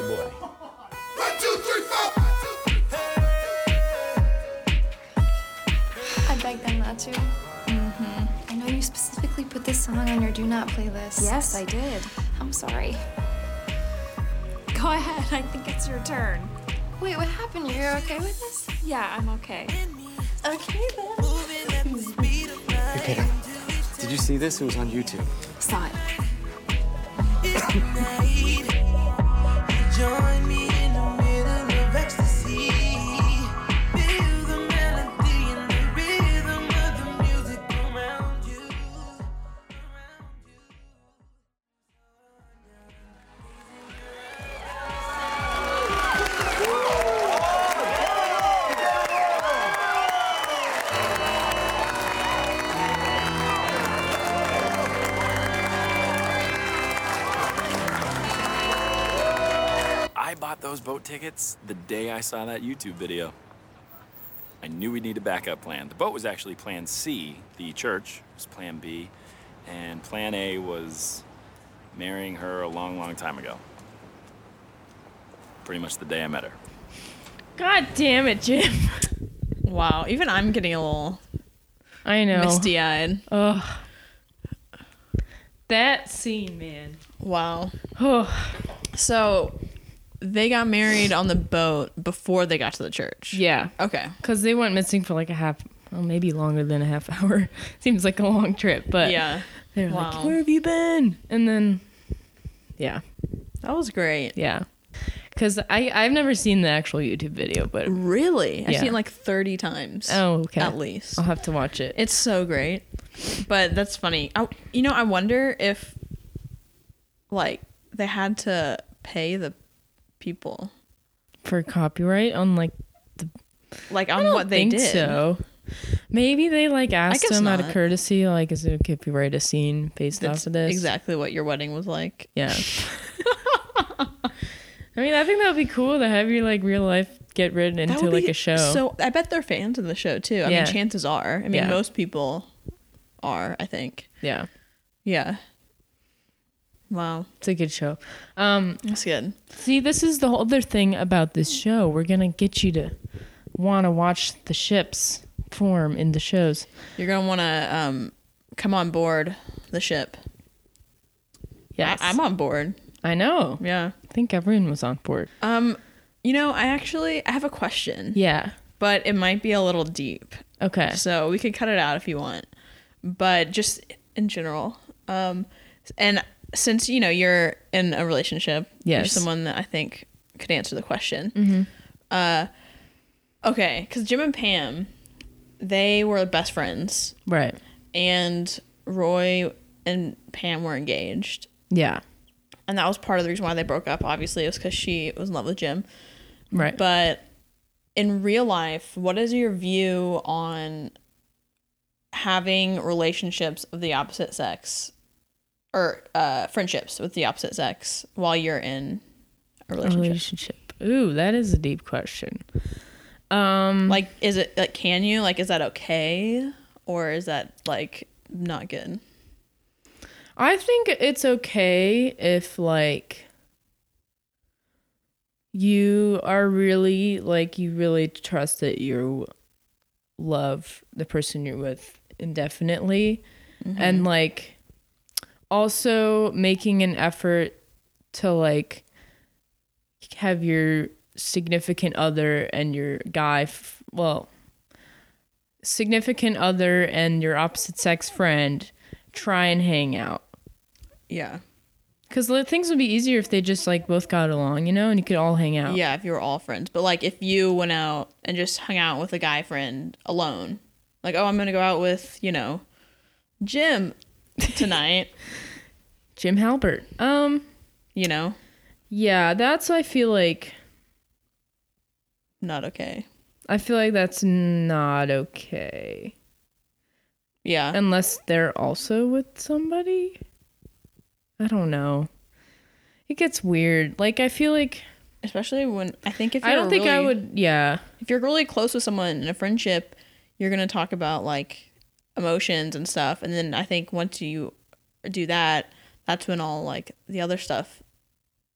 Speaker 6: One, two, three, four. One, two, three, four.
Speaker 9: I beg them not to.
Speaker 11: Mm-hmm.
Speaker 9: I know you specifically put this song on your do not playlist.
Speaker 11: Yes, I did.
Speaker 9: I'm sorry.
Speaker 11: Go ahead. I think it's your turn.
Speaker 9: Wait, what happened? You're okay with this?
Speaker 11: Yeah, I'm okay.
Speaker 9: Okay then.
Speaker 6: Hey, Peter, did you see this? It was on YouTube.
Speaker 11: Saw it.
Speaker 4: I bought those boat tickets the day I saw that YouTube video. I knew we'd need a backup plan. The boat was actually Plan C, the church was Plan B, and Plan A was marrying her a long, long time ago. Pretty much the day I met her.
Speaker 1: god damn it jim
Speaker 2: Wow. Even I'm getting a little
Speaker 1: i know
Speaker 2: misty eyed.
Speaker 1: Ugh. that scene man
Speaker 2: Wow.
Speaker 1: oh
Speaker 2: So They got married on the boat before they got to the church.
Speaker 1: Yeah.
Speaker 2: Okay.
Speaker 1: Because they went missing for like a half, well, maybe longer than a half hour. Seems like a long trip, but
Speaker 2: Yeah.
Speaker 1: They're
Speaker 2: Wow.
Speaker 1: like, where have you been? And then, yeah,
Speaker 2: That was great.
Speaker 1: yeah. Because I I've never seen the actual YouTube video, but
Speaker 2: Really? I've
Speaker 1: Yeah.
Speaker 2: seen it like 30 times.
Speaker 1: oh okay,
Speaker 2: At least.
Speaker 1: I'll have to watch it.
Speaker 2: It's so great. But that's funny. I, you know, I wonder if like they had to pay the people
Speaker 1: for copyright on like
Speaker 2: like
Speaker 1: I
Speaker 2: on
Speaker 1: don't
Speaker 2: what they
Speaker 1: think
Speaker 2: did.
Speaker 1: so. Maybe they like asked
Speaker 2: guess
Speaker 1: him out of
Speaker 2: not.
Speaker 1: courtesy, like, is it okay if we write a scene based
Speaker 2: That's
Speaker 1: off of this?
Speaker 2: exactly what your wedding was like.
Speaker 1: Yeah. I mean, I think that would be cool to have your like real life get written
Speaker 2: That
Speaker 1: into
Speaker 2: would
Speaker 1: like
Speaker 2: be
Speaker 1: a show.
Speaker 2: So I bet they're fans of the show too. I
Speaker 1: Yeah.
Speaker 2: mean, chances are. I mean,
Speaker 1: Yeah.
Speaker 2: most people are. I think.
Speaker 1: yeah,
Speaker 2: Yeah. Wow,
Speaker 1: it's a good show. Um,
Speaker 2: that's good.
Speaker 1: see, this is the whole other thing about this show. We're gonna get you to want to watch the ships form in the shows.
Speaker 2: You're gonna want to um, come on board the ship.
Speaker 1: Yes,
Speaker 2: I- I'm on board.
Speaker 1: I know.
Speaker 2: Yeah.
Speaker 1: I think everyone was on board.
Speaker 2: Um, you know, I actually I have a question,
Speaker 1: Yeah.
Speaker 2: but it might be a little deep,
Speaker 1: Okay.
Speaker 2: so we could cut it out if you want. But just in general, um, and since you know you're in a relationship, you're
Speaker 1: Yes. Mm-hmm.
Speaker 2: someone that I think could answer the question. Uh, okay, because Jim and Pam, they were best friends,
Speaker 1: Right.
Speaker 2: and Roy and Pam were engaged,
Speaker 1: Yeah.
Speaker 2: and that was part of the reason why they broke up. Obviously, it was because she was in love with Jim.
Speaker 1: Right.
Speaker 2: But in real life, what is your view on having relationships of the opposite sex or uh, friendships with the opposite sex while you're in a
Speaker 1: A
Speaker 2: relationship?
Speaker 1: relationship. Ooh, that is a deep question. Um.
Speaker 2: Like, is it like, can you? Like, is that okay? Or is that like not good?
Speaker 1: I think it's okay if like you are really like you really trust that you love the person you're with indefinitely and like also making an effort to like have your significant other and your guy f- well significant other and your opposite sex friend try and hang out
Speaker 2: Yeah.
Speaker 1: because things would be easier if they just like both got along, you know, and you could all hang out.
Speaker 2: Yeah, if you were all friends. But like, if you went out and just hung out with a guy friend alone, like, oh, I'm going to go out with, you know, Jim tonight.
Speaker 1: Jim Halpert. Um,
Speaker 2: you know,
Speaker 1: yeah, that's I feel like
Speaker 2: not okay.
Speaker 1: I feel like that's not okay
Speaker 2: Yeah.
Speaker 1: unless they're also with somebody. I don't know. It gets weird. Like I feel like
Speaker 2: Especially when I think if you're
Speaker 1: I don't think I
Speaker 2: really-
Speaker 1: would. Yeah,
Speaker 2: if you're really close with someone in a friendship, you're gonna talk about like emotions and stuff. And then I think once you do that, that's when all like the other stuff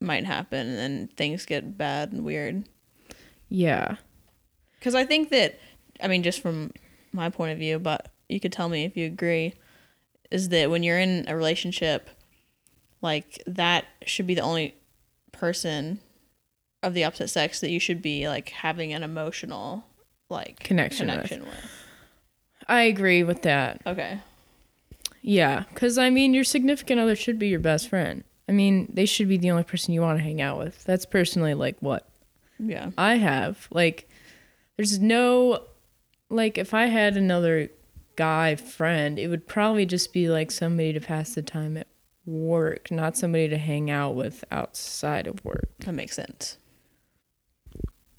Speaker 2: might happen and then things get bad and weird.
Speaker 1: yeah,
Speaker 2: Because I think that, I mean, just from my point of view, but you could tell me if you agree, is that when you're in a relationship, like that should be the only person of the opposite sex that you should be like having an emotional like
Speaker 1: Connection with.
Speaker 2: connection with.
Speaker 1: I agree with that.
Speaker 2: Okay.
Speaker 1: Yeah, because I mean, your significant other should be your best friend. I mean, they should be the only person you want to hang out with. That's personally like what
Speaker 2: Yeah.
Speaker 1: I have. Like, there's no, like, if I had another guy friend, it would probably just be like somebody to pass the time at work, not somebody to hang out with outside of work.
Speaker 2: That makes sense.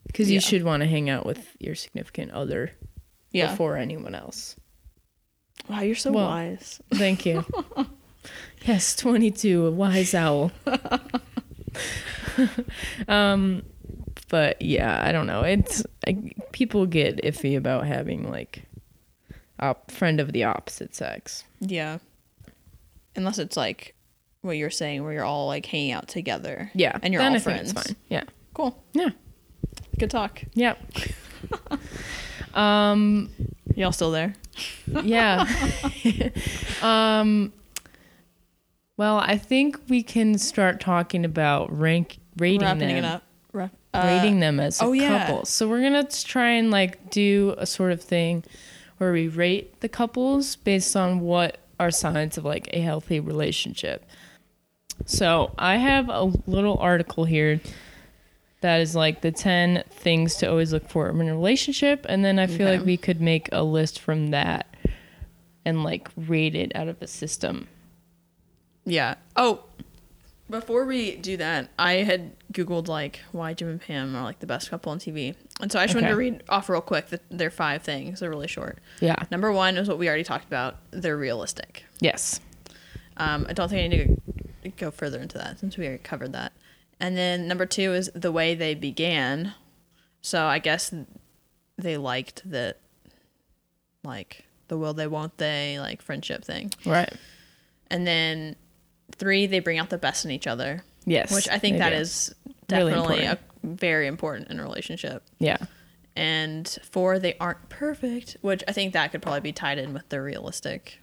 Speaker 1: Because
Speaker 2: Yeah.
Speaker 1: you should want to hang out with your significant other
Speaker 2: Yeah.
Speaker 1: before anyone else.
Speaker 2: Wow, you're so
Speaker 1: Well-
Speaker 2: wise.
Speaker 1: Thank you. yes, 22, a wise owl. um, but yeah, I don't know. It's I, people get iffy about having like a friend of the opposite sex.
Speaker 2: Yeah. Unless it's like what you're saying where you're all like hanging out together.
Speaker 1: Yeah,
Speaker 2: And you're
Speaker 1: then
Speaker 2: all
Speaker 1: I think
Speaker 2: friends.
Speaker 1: it's fine. Yeah,
Speaker 2: Cool.
Speaker 1: yeah,
Speaker 2: Good talk.
Speaker 1: yeah,
Speaker 2: Y'all still there?
Speaker 1: yeah. um, well, I think we can start talking about rank rating
Speaker 2: Wrapping
Speaker 1: them.
Speaker 2: it up.
Speaker 1: rating them as a
Speaker 2: oh, yeah.
Speaker 1: couple. So we're gonna try and like do a sort of thing where we rate the couples based on what are signs of like a healthy relationship. So I have a little article here that is like the 10 things to always look for in a relationship and then I feel
Speaker 2: Okay.
Speaker 1: like we could make a list from that and like rate it out of a system.
Speaker 2: Yeah. Oh, before we do that, I had Googled like why Jim and Pam are like the best couple on TV, and so I just wanted to
Speaker 1: Okay.
Speaker 2: read off real quick the, their five things. They're really short.
Speaker 1: Yeah.
Speaker 2: Number one is what we already talked about. They're realistic.
Speaker 1: Yes.
Speaker 2: Um, I don't think I need to go further into that since we already covered that. And then number two is the way they began. So I guess they liked that, like the will they won't they like friendship thing.
Speaker 1: Right.
Speaker 2: And then three, they bring out the best in each other.
Speaker 1: Yes,
Speaker 2: Which I think
Speaker 1: they
Speaker 2: that
Speaker 1: do.
Speaker 2: is
Speaker 1: Really
Speaker 2: definitely a, very important in a relationship.
Speaker 1: Yeah.
Speaker 2: And four, they aren't perfect, which I think that could probably be tied in with the realistic.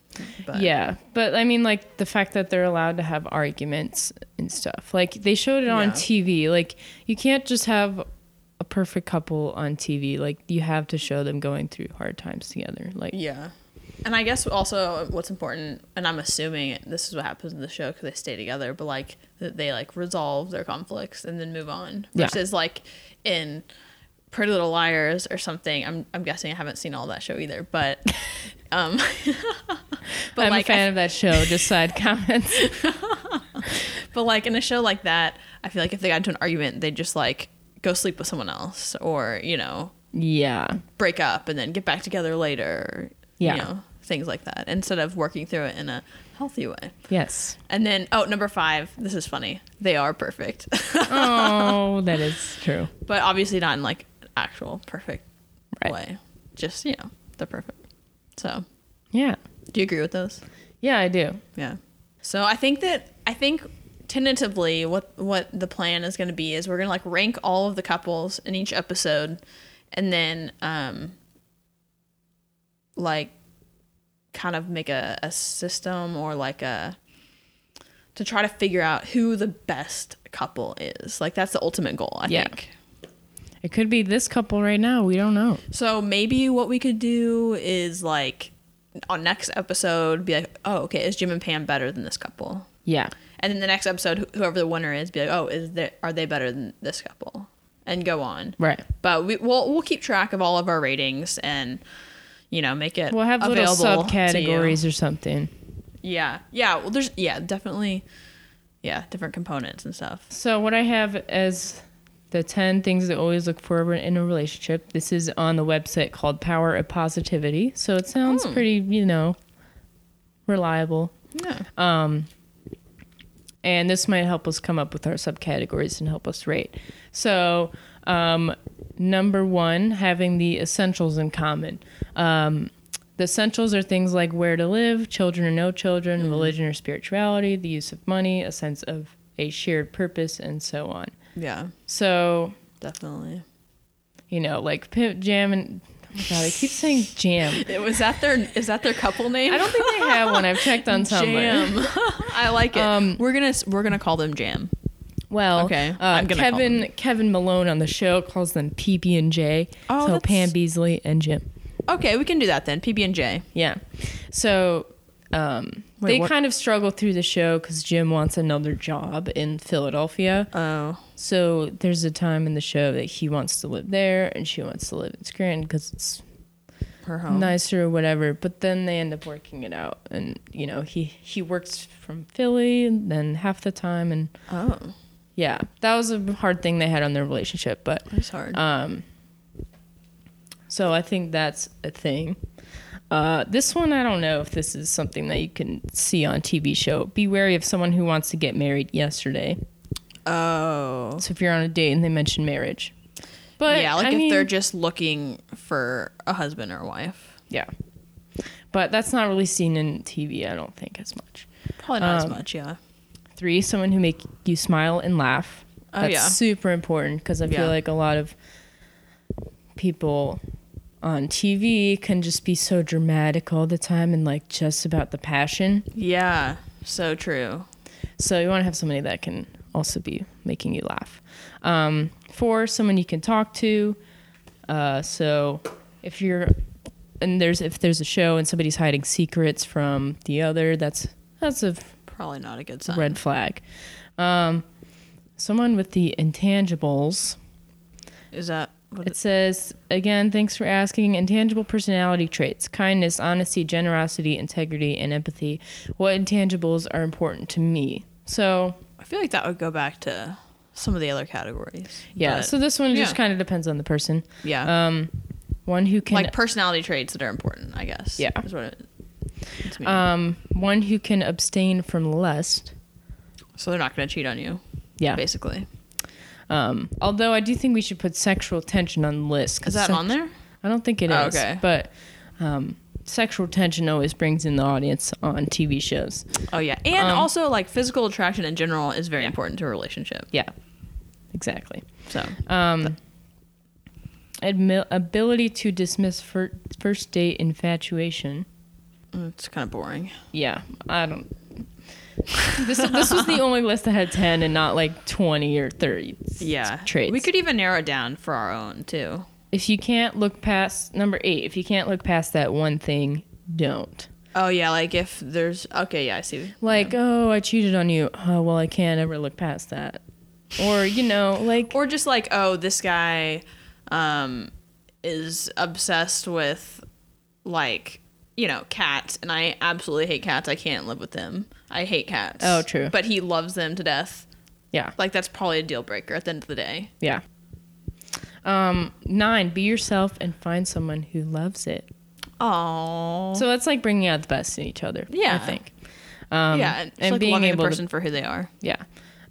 Speaker 2: But
Speaker 1: Yeah, but I mean, like the fact that they're allowed to have arguments and stuff. Like they showed it on
Speaker 2: Yeah.
Speaker 1: TV. Like you can't just have a perfect couple on TV. Like you have to show them going through hard times together. Like
Speaker 2: Yeah. And I guess also what's important, and I'm assuming this is what happens in the show because they stay together, but like that they like resolve their conflicts and then move on.
Speaker 1: Yeah.
Speaker 2: Versus like in Pretty Little Liars or something. I'm I'm guessing I haven't seen all that show either, but um, but
Speaker 1: I'm
Speaker 2: like
Speaker 1: a fan
Speaker 2: I-
Speaker 1: of that show. Just side comments.
Speaker 2: but like in a show like that, I feel like if they got into an argument, they just like go sleep with someone else or you know
Speaker 1: Yeah,
Speaker 2: break up and then get back together later.
Speaker 1: Yeah.
Speaker 2: You know, things like that instead of working through it in a healthy way.
Speaker 1: yes.
Speaker 2: And then, oh, number five. This is funny. They are perfect,
Speaker 1: Oh, that is true.
Speaker 2: but obviously not in like an actual perfect
Speaker 1: Right.
Speaker 2: way. Just you know, they're perfect. So,
Speaker 1: Yeah,
Speaker 2: do you agree with those?
Speaker 1: yeah, I do.
Speaker 2: Yeah. So I think that I think tentatively what what the plan is going to be is we're going to like rank all of the couples in each episode, and then um, like kind of make a, a system or like a to try to figure out who the best couple is. Like that's the ultimate goal, I
Speaker 1: Yeah.
Speaker 2: think.
Speaker 1: It could be this couple right now. We don't know.
Speaker 2: So maybe what we could do is like on next episode be like, "Oh, okay, is Jim and Pam better than this couple?"
Speaker 1: Yeah,
Speaker 2: and then the next episode wh- whoever the winner is be like oh is there are they better than this couple and go on
Speaker 1: right.
Speaker 2: but we, we'll we'll keep track of all of our ratings and you know make it
Speaker 1: We'll have little
Speaker 2: available
Speaker 1: subcategories
Speaker 2: to
Speaker 1: or something.
Speaker 2: you. yeah yeah well there's yeah definitely yeah different components and stuff
Speaker 1: So what I have as the 10 things to always look for in a relationship. This is on the website called Power of Positivity. So it sounds pretty, you know, reliable.
Speaker 2: yeah
Speaker 1: And this might help us come up with our subcategories and help us rate. So, um, number one, having the essentials in common. Um, the essentials are things like where to live, children or no children, religion or spirituality, the use of money, a sense of a shared purpose, and so on.
Speaker 2: yeah
Speaker 1: So,
Speaker 2: definitely
Speaker 1: you know, like Pimp Jam and oh my god, I keep saying Jam.
Speaker 2: it was that their is that their couple name
Speaker 1: I don't think they have one. I've checked on Tumblr.
Speaker 2: jam i like it
Speaker 1: Um,
Speaker 2: we're gonna s- we're gonna call them jam
Speaker 1: Well,
Speaker 2: Okay,
Speaker 1: uh,
Speaker 2: I'm gonna call
Speaker 1: Kevin
Speaker 2: them.
Speaker 1: Kevin Malone on the show calls them PB and J.
Speaker 2: Oh,
Speaker 1: so
Speaker 2: that's-
Speaker 1: Pam Beasley and Jim.
Speaker 2: okay we can do that then pb&j
Speaker 1: Yeah. So um,
Speaker 2: Wait,
Speaker 1: they
Speaker 2: what-
Speaker 1: kind of struggle through the show because Jim wants another job in Philadelphia.
Speaker 2: oh
Speaker 1: so there's a time in the show that he wants to live there and she wants to live in Scranton because it's
Speaker 2: her home
Speaker 1: nicer or whatever. But then they end up working it out, and you know he he works from Philly and then half the time, and
Speaker 2: oh
Speaker 1: yeah, that was a hard thing they had on their relationship. But
Speaker 2: it's hard
Speaker 1: Uh, so I think that's a thing. Uh, this one I don't know if this is something that you can see on TV show. Be wary of someone who wants to get married yesterday.
Speaker 2: Oh.
Speaker 1: So if you're on a date and they mention marriage, but
Speaker 2: yeah, like
Speaker 1: I
Speaker 2: if they're
Speaker 1: mean-
Speaker 2: just looking for a husband or a wife.
Speaker 1: yeah, but that's not really seen in TV. I don't think as much.
Speaker 2: Probably not as
Speaker 1: Um,
Speaker 2: much, yeah.
Speaker 1: Three, someone who make you smile and laugh.
Speaker 2: Oh,
Speaker 1: That's
Speaker 2: yeah.
Speaker 1: super important because I
Speaker 2: Yeah.
Speaker 1: feel like a lot of people on TV can just be so dramatic all the time and like just about the passion.
Speaker 2: Yeah, so true.
Speaker 1: So you want to have somebody that can also be making you laugh. Um, four, someone you can talk to. Uh, so if you're and there's if there's a show and somebody's hiding secrets from the other, that's that's a
Speaker 2: probably not a good sign.
Speaker 1: red flag. Um, someone with the intangibles.
Speaker 2: Is that what
Speaker 1: It says, again, thanks for asking. Intangible personality traits kindness, honesty, generosity, integrity, and empathy. What intangibles are important to me? So,
Speaker 2: I feel like that would go back to some of the other categories.
Speaker 1: yeah.
Speaker 2: but-
Speaker 1: so, this one just
Speaker 2: yeah.
Speaker 1: kind of depends on the person.
Speaker 2: Yeah.
Speaker 1: Um, one who can
Speaker 2: like personality traits that are important, I guess.
Speaker 1: Yeah.
Speaker 2: Is what it, it's meaning.
Speaker 1: um, one who can abstain from lust.
Speaker 2: so they're not going to cheat on you.
Speaker 1: Yeah.
Speaker 2: Basically.
Speaker 1: Um, although I do think we should put sexual tension on the list. 'cause
Speaker 2: Is that
Speaker 1: sex-
Speaker 2: on there?
Speaker 1: I don't think it is.
Speaker 2: Oh, okay.
Speaker 1: But um, sexual tension always brings in the audience on TV shows.
Speaker 2: Oh yeah, and
Speaker 1: Um,
Speaker 2: also like physical attraction in general is very important to a relationship.
Speaker 1: Yeah, exactly.
Speaker 2: So
Speaker 1: Um, admi- ability to dismiss fir- first date infatuation. Um,
Speaker 2: it's kind of boring.
Speaker 1: Yeah, I don't. this this was the only list that had ten and not like twenty or thirty. s-
Speaker 2: Yeah.
Speaker 1: traits.
Speaker 2: We could even narrow it down for our own too.
Speaker 1: If you can't look past number eight, if you can't look past that one thing, don't.
Speaker 2: Oh yeah, like if there's okay, yeah, I see.
Speaker 1: Like, oh, I cheated on you. Oh, well, I can't ever look past that. Or you know, like,
Speaker 2: Or just like, oh, this guy um is obsessed with like, you know, cats and I absolutely hate cats. I can't live with them. I hate cats.
Speaker 1: Oh, true.
Speaker 2: But he loves them to death.
Speaker 1: yeah,
Speaker 2: Like that's probably a deal breaker at the end of the day.
Speaker 1: yeah. Um, nine, be yourself and find someone who loves it.
Speaker 2: Oh.
Speaker 1: So that's like bringing out the best in each other.
Speaker 2: Yeah.
Speaker 1: I think. Um,
Speaker 2: yeah, and, just, like loving the person for who they are,
Speaker 1: to, yeah.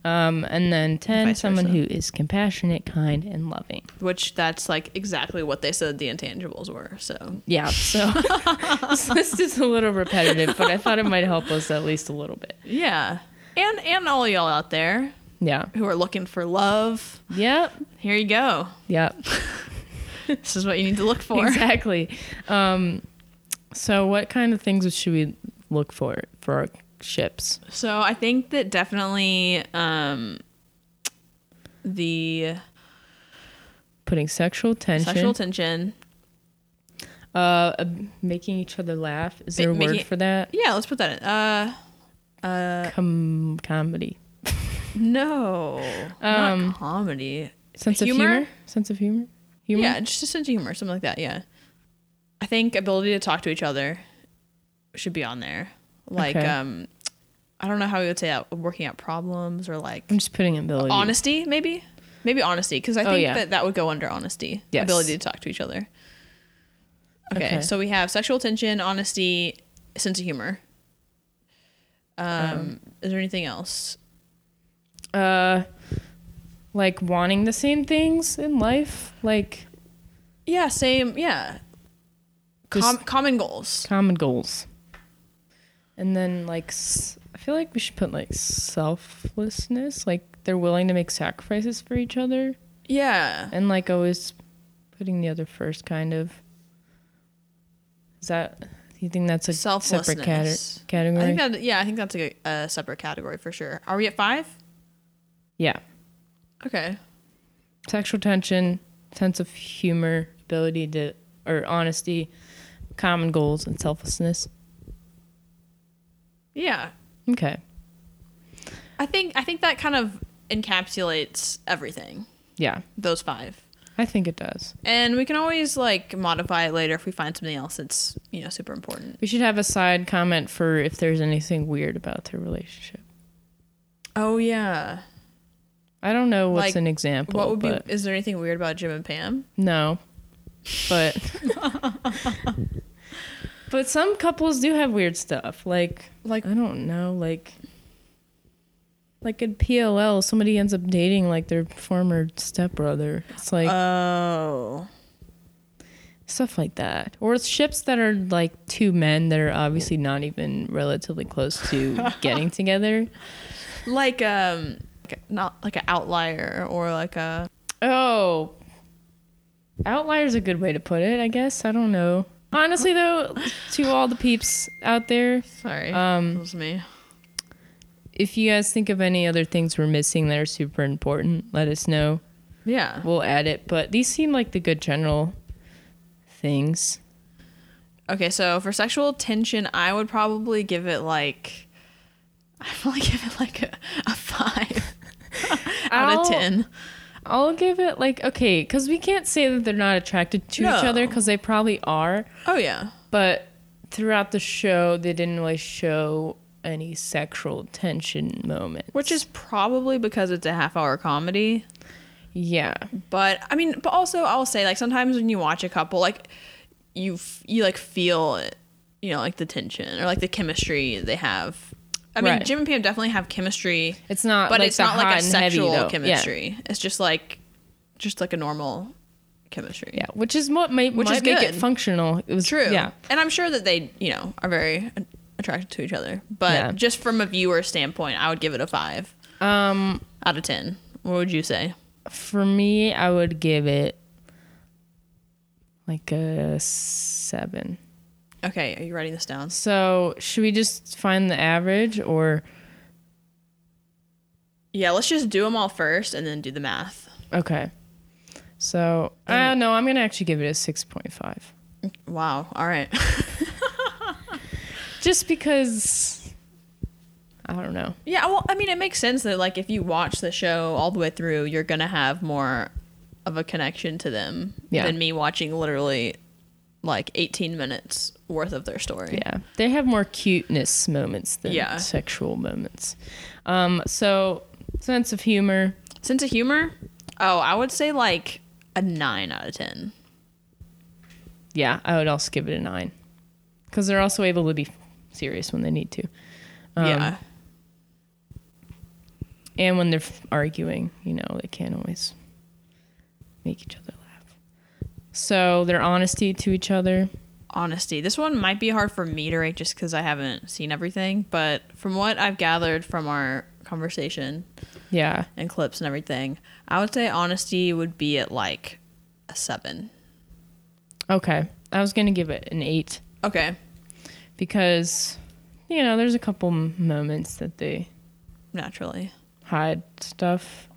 Speaker 1: Um, and then ten,
Speaker 2: Vice
Speaker 1: someone
Speaker 2: versa.
Speaker 1: who is compassionate, kind, and loving.
Speaker 2: which that's like exactly what they said the intangibles were. So
Speaker 1: Yeah. So this list is a little repetitive, but I thought it might help us at least a little bit.
Speaker 2: yeah, and and all y'all out there
Speaker 1: Yeah.
Speaker 2: who are looking for love,
Speaker 1: Yep.
Speaker 2: here you go.
Speaker 1: Yep.
Speaker 2: This is what you need to look for.
Speaker 1: Exactly. Um, so what kind of things should we look for for our ships?
Speaker 2: So I think that definitely um, the
Speaker 1: Putting sexual tension,
Speaker 2: sexual tension.
Speaker 1: uh, uh, making each other laugh. Is there a
Speaker 2: Ma-
Speaker 1: word
Speaker 2: making-
Speaker 1: for that?
Speaker 2: Yeah, let's put that in. Uh,
Speaker 1: Com- comedy.
Speaker 2: no,
Speaker 1: Um,
Speaker 2: not comedy.
Speaker 1: Sense of humor?
Speaker 2: Humor?
Speaker 1: Sense of humor? Humor?
Speaker 2: Yeah, just a sense of humor, something like that. Yeah, I think ability to talk to each other should be on there. Like,
Speaker 1: Okay.
Speaker 2: um, I don't know how we would say that. Working out problems or like
Speaker 1: I'm just putting ability.
Speaker 2: honesty, maybe, maybe honesty, because I
Speaker 1: Oh,
Speaker 2: think
Speaker 1: yeah.
Speaker 2: that that would go under honesty.
Speaker 1: Yes.
Speaker 2: Ability to talk to each other. Okay,
Speaker 1: Okay.
Speaker 2: so we have sexual tension, honesty, sense of humor. Um, is there anything else?
Speaker 1: Uh, like wanting the same things in life, like
Speaker 2: Yeah, same. Yeah, Com-
Speaker 1: Just-
Speaker 2: common goals.
Speaker 1: common goals. And then like s- I feel like we should put like selflessness, like they're willing to make sacrifices for each other
Speaker 2: Yeah.
Speaker 1: and like always putting the other first kind of. Is that do you think that's a separate
Speaker 2: Selflessness.
Speaker 1: cate- category?
Speaker 2: I think that yeah, I think that's a, a separate category for sure. Are we at five?
Speaker 1: yeah.
Speaker 2: Okay.
Speaker 1: sexual tension, sense of humor, ability to or honesty, common goals, and selflessness.
Speaker 2: Yeah,
Speaker 1: Okay.
Speaker 2: I think I think that kind of encapsulates everything.
Speaker 1: Yeah,
Speaker 2: Those five,
Speaker 1: I think it does.
Speaker 2: and we can always like modify it later if we find something else that's you know super important.
Speaker 1: We should have a side comment for if there's anything weird about their relationship.
Speaker 2: Oh yeah.
Speaker 1: I don't know what's
Speaker 2: Like,
Speaker 1: an example.
Speaker 2: What would
Speaker 1: but-
Speaker 2: be? Is there anything weird about Jim and Pam?
Speaker 1: No, but but some couples do have weird stuff. Like
Speaker 2: Like-
Speaker 1: I don't know, like like in PLL, somebody ends up dating like their former stepbrother. It's like
Speaker 2: Oh.
Speaker 1: stuff like that, or it's ships that are like two men that are obviously not even relatively close to getting together.
Speaker 2: Like um, like a- not like an outlier or like a
Speaker 1: Oh, outlier's a good way to put it, I guess. I don't know. Honestly, though, to all the peeps out there,
Speaker 2: sorry.
Speaker 1: Um,
Speaker 2: that was me.
Speaker 1: If you guys think of any other things we're missing that are super important, let us know.
Speaker 2: Yeah.
Speaker 1: We'll add it. But these seem like the good general things.
Speaker 2: Okay, so for sexual tension, I would probably give it like I'd probably give it like a, a five out
Speaker 1: I'll-
Speaker 2: of ten.
Speaker 1: I'll give it like okay, because we can't say that they're not attracted to each
Speaker 2: No.
Speaker 1: other because they probably are.
Speaker 2: Oh yeah.
Speaker 1: But throughout the show, they didn't really show any sexual tension moment.
Speaker 2: Which is probably because it's a half hour comedy.
Speaker 1: Yeah,
Speaker 2: But I mean, but also I'll say like sometimes when you watch a couple, like you f- you like feel it, you know, like the tension or like the chemistry they have. I mean,
Speaker 1: Right.
Speaker 2: Jim and Pam definitely have chemistry,
Speaker 1: it's not.
Speaker 2: but
Speaker 1: like
Speaker 2: it's
Speaker 1: the
Speaker 2: not
Speaker 1: hot
Speaker 2: like a
Speaker 1: and heavy,
Speaker 2: sexual
Speaker 1: though. Yeah.
Speaker 2: chemistry. It's just like just like a normal chemistry.
Speaker 1: Yeah, which is what might,
Speaker 2: Which
Speaker 1: might
Speaker 2: is
Speaker 1: make it
Speaker 2: good.
Speaker 1: functional. It was
Speaker 2: True.
Speaker 1: Yeah,
Speaker 2: And I'm sure that they, you know, are very a- attracted to each other. But
Speaker 1: Yeah.
Speaker 2: just from a viewer standpoint, I would give it a five
Speaker 1: Um,
Speaker 2: out of ten. What would you say?
Speaker 1: for me, I would give it like a seven.
Speaker 2: Okay, are you writing this down?
Speaker 1: So should we just find the average, or
Speaker 2: Yeah, let's just do them all first and then do the math.
Speaker 1: okay? So I don't know. I'm gonna actually give it a six point five,
Speaker 2: Wow. All right.
Speaker 1: just because I don't know.
Speaker 2: yeah. Well, I mean, it makes sense that like if you watch the show all the way through, you're gonna have more of a connection to them
Speaker 1: Yeah.
Speaker 2: than me watching literally like 18 minutes worth of their story.
Speaker 1: Yeah, they have more cuteness moments than
Speaker 2: Yeah.
Speaker 1: sexual moments. Um, so sense of humor.
Speaker 2: Sense of humor? Oh, I would say like a nine out of ten.
Speaker 1: yeah, I would also give it a nine because they're also able to be serious when they need to, Um,
Speaker 2: yeah.
Speaker 1: and when they're f- arguing, you know, they can't always make each other laugh. So their honesty to each other,
Speaker 2: Honesty. This one might be hard for me to rate just because I haven't seen everything, but from what I've gathered from our conversation
Speaker 1: yeah,
Speaker 2: and clips and everything, I would say honesty would be at like a seven.
Speaker 1: okay. I was gonna give it an eight
Speaker 2: Okay.
Speaker 1: because you know there's a couple m- moments that they
Speaker 2: Naturally.
Speaker 1: hide stuff.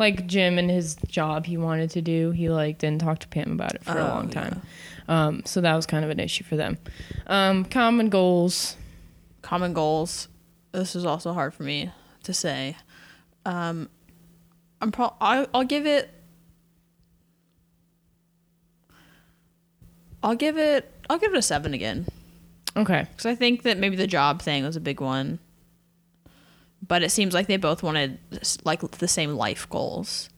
Speaker 1: Like Jim and his job he wanted to do, he like didn't talk to Pam about it for a
Speaker 2: Oh,
Speaker 1: long time. Um, so that was kind of an issue for them. Um, common goals.
Speaker 2: Common goals. This is also hard for me to say. Um I'm pro I'll, I'll give it I'll give it I'll give it a 7 again.
Speaker 1: Okay.
Speaker 2: Because I think that maybe the job thing was a big one. But it seems like they both wanted s- like the same life goals.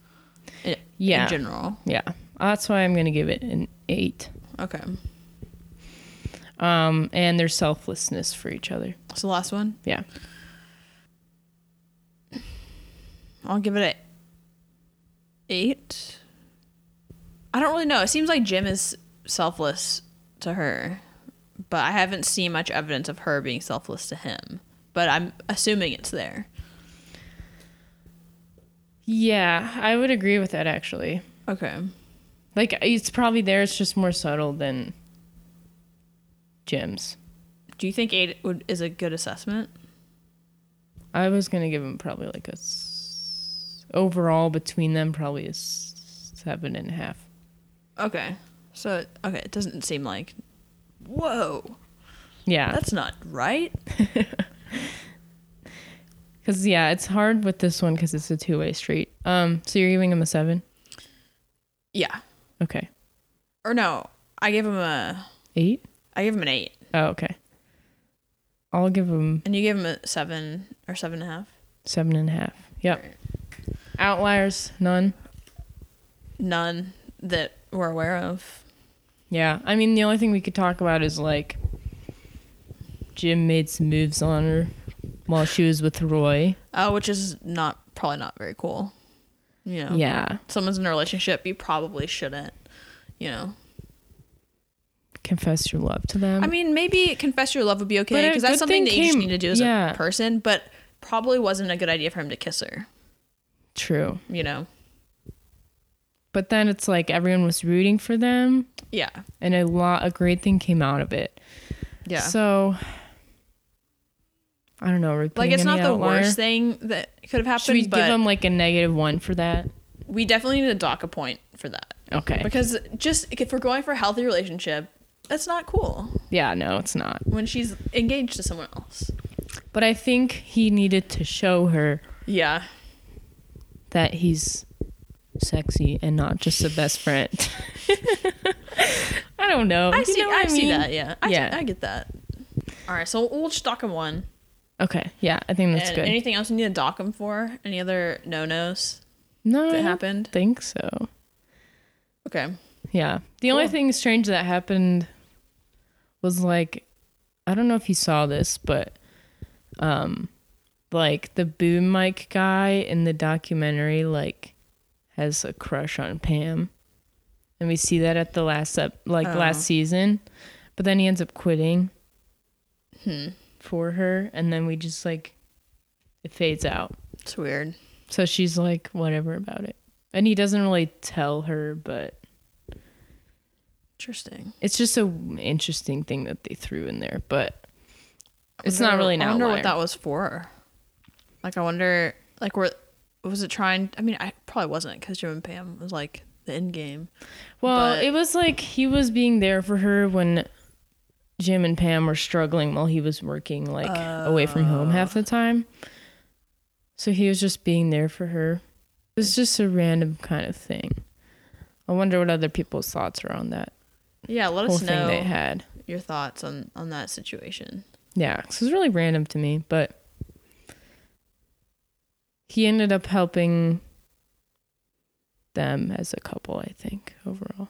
Speaker 2: In,
Speaker 1: Yeah.
Speaker 2: In general.
Speaker 1: Yeah. That's why I'm going to give it an eight.
Speaker 2: Okay.
Speaker 1: Um, and their selflessness for each other.
Speaker 2: So the last one.
Speaker 1: Yeah.
Speaker 2: I'll give it a eight. I don't really know. It seems like Jim is selfless to her, but I haven't seen much evidence of her being selfless to him. But I'm assuming it's there.
Speaker 1: Yeah. I would agree with that actually.
Speaker 2: Okay.
Speaker 1: Like, it's probably there. It's just more subtle than Jim's.
Speaker 2: Do you think eight would, is a good assessment?
Speaker 1: I was going to give him probably like a. s- Overall, between them, probably a s- seven and a half.
Speaker 2: Okay. So okay, it doesn't seem like whoa,
Speaker 1: Yeah.
Speaker 2: that's not right.
Speaker 1: Because, yeah, it's hard with this one because it's a two way street. Um, So you're giving him a seven?
Speaker 2: Yeah.
Speaker 1: Okay.
Speaker 2: Or no, I gave him a
Speaker 1: Eight?
Speaker 2: I gave him an eight,
Speaker 1: Oh, okay. I'll give him
Speaker 2: and you gave him a seven or seven and a half.
Speaker 1: seven and a half. Yep. Outliers, none.
Speaker 2: None that we're aware of.
Speaker 1: Yeah. I mean, the only thing we could talk about is like Jim made some moves on her while she was with Roy.
Speaker 2: Oh, which is not probably not very cool. You know.
Speaker 1: Yeah.
Speaker 2: Someone's in a relationship, you probably shouldn't. You know.
Speaker 1: Confess your love to them.
Speaker 2: I mean, maybe confess your love would be
Speaker 1: Um, But
Speaker 2: okay
Speaker 1: a
Speaker 2: because that's
Speaker 1: good
Speaker 2: something
Speaker 1: thing
Speaker 2: that you just
Speaker 1: came-
Speaker 2: need to do as
Speaker 1: yeah.
Speaker 2: a person. But probably wasn't a good idea for him to kiss her.
Speaker 1: true.
Speaker 2: You know.
Speaker 1: But then it's like everyone was rooting for them
Speaker 2: Yeah.
Speaker 1: and a lot a great thing came out of it.
Speaker 2: Yeah.
Speaker 1: So I don't know.
Speaker 2: Like
Speaker 1: repeating
Speaker 2: it's not
Speaker 1: any
Speaker 2: the
Speaker 1: outlier.
Speaker 2: worst thing that could have happened.
Speaker 1: Should we
Speaker 2: but
Speaker 1: give him like a negative one for that?
Speaker 2: we definitely need to dock a point for that
Speaker 1: Okay.
Speaker 2: because just if we're going for a healthy relationship, that's not cool
Speaker 1: yeah, no, it's not.
Speaker 2: when she's engaged to someone else.
Speaker 1: But I think he needed to show her
Speaker 2: Yeah,
Speaker 1: that he's sexy and not just a best friend. I don't know.
Speaker 2: I
Speaker 1: You
Speaker 2: see.
Speaker 1: know
Speaker 2: I,
Speaker 1: what
Speaker 2: see
Speaker 1: mean?
Speaker 2: that. Yeah, I,
Speaker 1: Yeah.
Speaker 2: I get that. All right, so we'll just dock him one.
Speaker 1: Okay. Yeah, I think that's
Speaker 2: and
Speaker 1: good.
Speaker 2: anything else you need to dock him for? Any other no nos
Speaker 1: no,
Speaker 2: that
Speaker 1: I don't
Speaker 2: happened?
Speaker 1: think so.
Speaker 2: Okay.
Speaker 1: Yeah. The only
Speaker 2: Cool.
Speaker 1: thing strange that happened was like I don't know if you saw this, but um like the boom mic guy in the documentary like has a crush on Pam. And we see that at the last up like last season. But then he ends up quitting for her and then we just like it fades out.
Speaker 2: It's weird.
Speaker 1: So she's like, whatever about it. And he doesn't really tell her, but
Speaker 2: Interesting.
Speaker 1: it's just a interesting thing that they threw in there, but
Speaker 2: I
Speaker 1: it's
Speaker 2: wonder-
Speaker 1: not really an
Speaker 2: I wonder
Speaker 1: outlier.
Speaker 2: what that was for. Like, I wonder, like, were was it trying? I mean, I probably wasn't because Jim and Pam was like the end game.
Speaker 1: well,
Speaker 2: but-
Speaker 1: it was like he was being there for her when Jim and Pam were struggling while he was working like away from home half the time. So he was just being there for her. It was just a random kind of thing. I wonder what other people's thoughts are on that
Speaker 2: Yeah, let
Speaker 1: whole
Speaker 2: us
Speaker 1: thing
Speaker 2: know
Speaker 1: they had.
Speaker 2: your thoughts on on that situation.
Speaker 1: Yeah, 'cause it was really random to me, but he ended up helping them as a couple, I think, overall.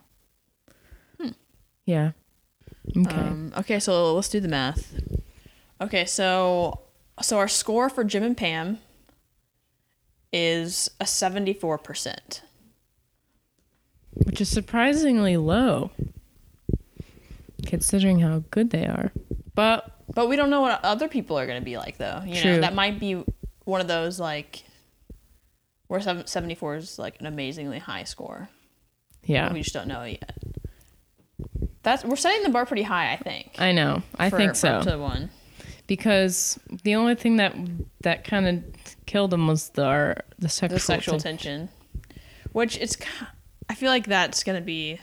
Speaker 1: Yeah. Okay.
Speaker 2: Hmm. Um, okay, so let's do the math. Okay, so so our score for Jim and Pam is a seventy four percent.
Speaker 1: Which is surprisingly low, considering how good they are. But
Speaker 2: But we don't know what other people are going to be like, though. You know,
Speaker 1: True.
Speaker 2: that might be one of those like where seven- 74 is like an amazingly high score.
Speaker 1: yeah,
Speaker 2: We just don't know it yet. That's we're setting the bar pretty high, I think.
Speaker 1: I know. I
Speaker 2: for-
Speaker 1: think
Speaker 2: for
Speaker 1: so.
Speaker 2: episode one.
Speaker 1: because the only thing that that kind of killed them was the, our, the sexual,
Speaker 2: The sexual
Speaker 1: thing.
Speaker 2: tension, which it's, ki- I feel like that's going to be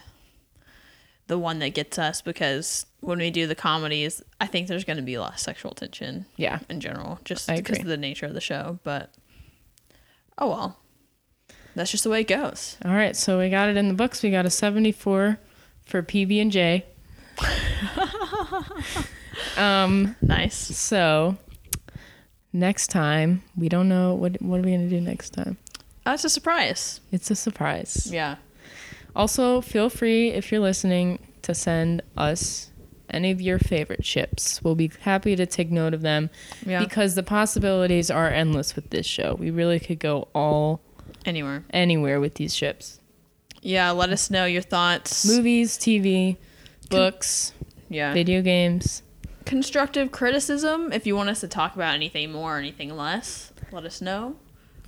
Speaker 2: the one that gets us because when we do the comedies, I think there's going to be less sexual tension.
Speaker 1: Yeah.
Speaker 2: in general, just
Speaker 1: I
Speaker 2: because
Speaker 1: agree.
Speaker 2: of the nature of the show. But oh well, that's just the way it goes.
Speaker 1: All right, so we got it in the books. We got a 74 for PB and J.
Speaker 2: Nice.
Speaker 1: So next time, we don't know what what are we going to do next time.
Speaker 2: Oh, That's a surprise.
Speaker 1: It's a surprise.
Speaker 2: Yeah.
Speaker 1: Also, feel free if you're listening to send us any of your favorite ships. We'll be happy to take note of them
Speaker 2: Yeah.
Speaker 1: because the possibilities are endless with this show. We really could go all
Speaker 2: Anywhere.
Speaker 1: anywhere with these ships.
Speaker 2: Yeah. Let us know your thoughts.
Speaker 1: Movies, TV, books,
Speaker 2: Yeah.
Speaker 1: video games.
Speaker 2: Constructive criticism. If you want us to talk about anything more or anything less, let us know.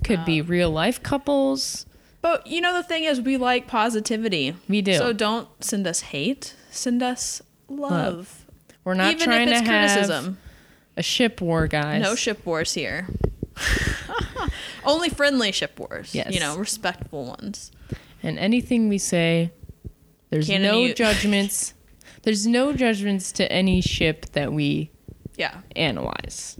Speaker 1: Could be real life couples.
Speaker 2: But you know the thing is, we like positivity.
Speaker 1: We do.
Speaker 2: So don't send us hate. Send us love.
Speaker 1: We're not
Speaker 2: Even
Speaker 1: trying
Speaker 2: if it's
Speaker 1: to have
Speaker 2: criticism.
Speaker 1: a ship war, guys.
Speaker 2: No ship wars here. Only friendly ship wars.
Speaker 1: Yes.
Speaker 2: You know, respectful ones.
Speaker 1: and anything we say, there's
Speaker 2: Can
Speaker 1: no
Speaker 2: you-
Speaker 1: judgments. There's no judgments to any ship that we
Speaker 2: Yeah.
Speaker 1: analyze.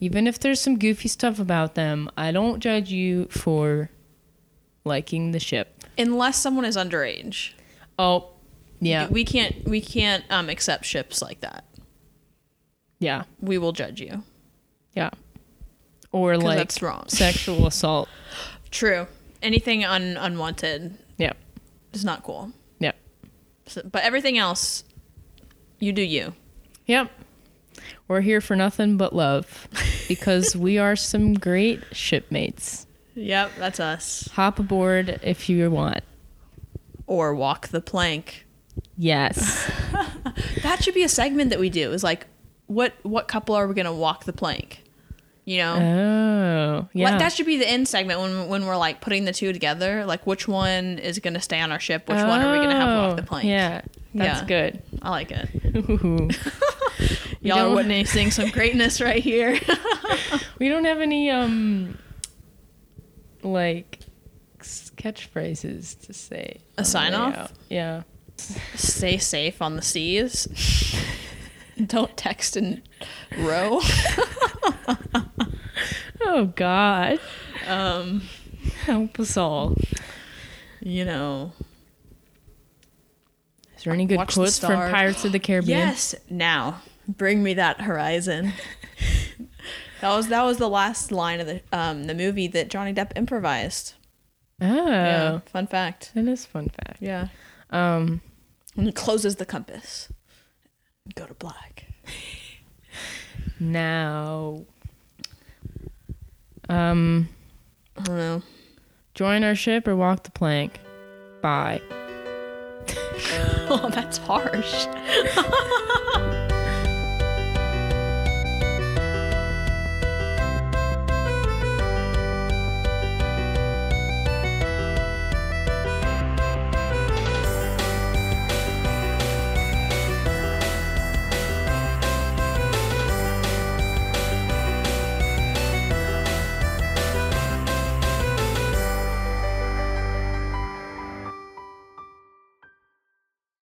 Speaker 1: Even if there's some goofy stuff about them, I don't judge you for liking the ship.
Speaker 2: Unless someone is underage.
Speaker 1: Oh, yeah,
Speaker 2: We can't we can't um, accept ships like that.
Speaker 1: yeah,
Speaker 2: We will judge you.
Speaker 1: yeah. Or like
Speaker 2: that's wrong.
Speaker 1: sexual assault.
Speaker 2: True. Anything un- unwanted
Speaker 1: Yep,
Speaker 2: is not cool.
Speaker 1: yep.
Speaker 2: So, but everything else, you do you.
Speaker 1: Yep. We're here for nothing but love because we are some great shipmates.
Speaker 2: Yep, that's us.
Speaker 1: Hop aboard if you want.
Speaker 2: Or walk the plank.
Speaker 1: Yes.
Speaker 2: That should be a segment that we do. Is like, what what couple are we gonna walk the plank? You know,
Speaker 1: Oh, Um, yeah.
Speaker 2: Like, that should be the end segment when when we're like putting the two together. Like which one is going to stay on our ship? Which one are we going to have walk
Speaker 1: Oh,
Speaker 2: the plank?
Speaker 1: Yeah, that's
Speaker 2: Yeah.
Speaker 1: good.
Speaker 2: I like it.
Speaker 1: Ooh. We
Speaker 2: Y'all are
Speaker 1: don't-
Speaker 2: witnessing some greatness right here.
Speaker 1: We don't have any um like s- catchphrases to say. on
Speaker 2: A
Speaker 1: the
Speaker 2: sign
Speaker 1: way
Speaker 2: off?
Speaker 1: out. Yeah.
Speaker 2: Stay safe on the seas. Don't text and row.
Speaker 1: Oh God,
Speaker 2: Um,
Speaker 1: help us all.
Speaker 2: you know.
Speaker 1: Is there any good
Speaker 2: Watch the
Speaker 1: quotes from
Speaker 2: stars.
Speaker 1: Pirates of the Caribbean?
Speaker 2: Yes, now bring me that horizon. that was that was the last line of the um the movie that Johnny Depp improvised.
Speaker 1: Oh,
Speaker 2: Yeah, fun fact.
Speaker 1: that is fun fact.
Speaker 2: Yeah,
Speaker 1: Um,
Speaker 2: when he closes the compass, go to black.
Speaker 1: now, um,
Speaker 2: I don't know.
Speaker 1: join our ship or walk the plank. Bye.
Speaker 2: Oh, that's harsh.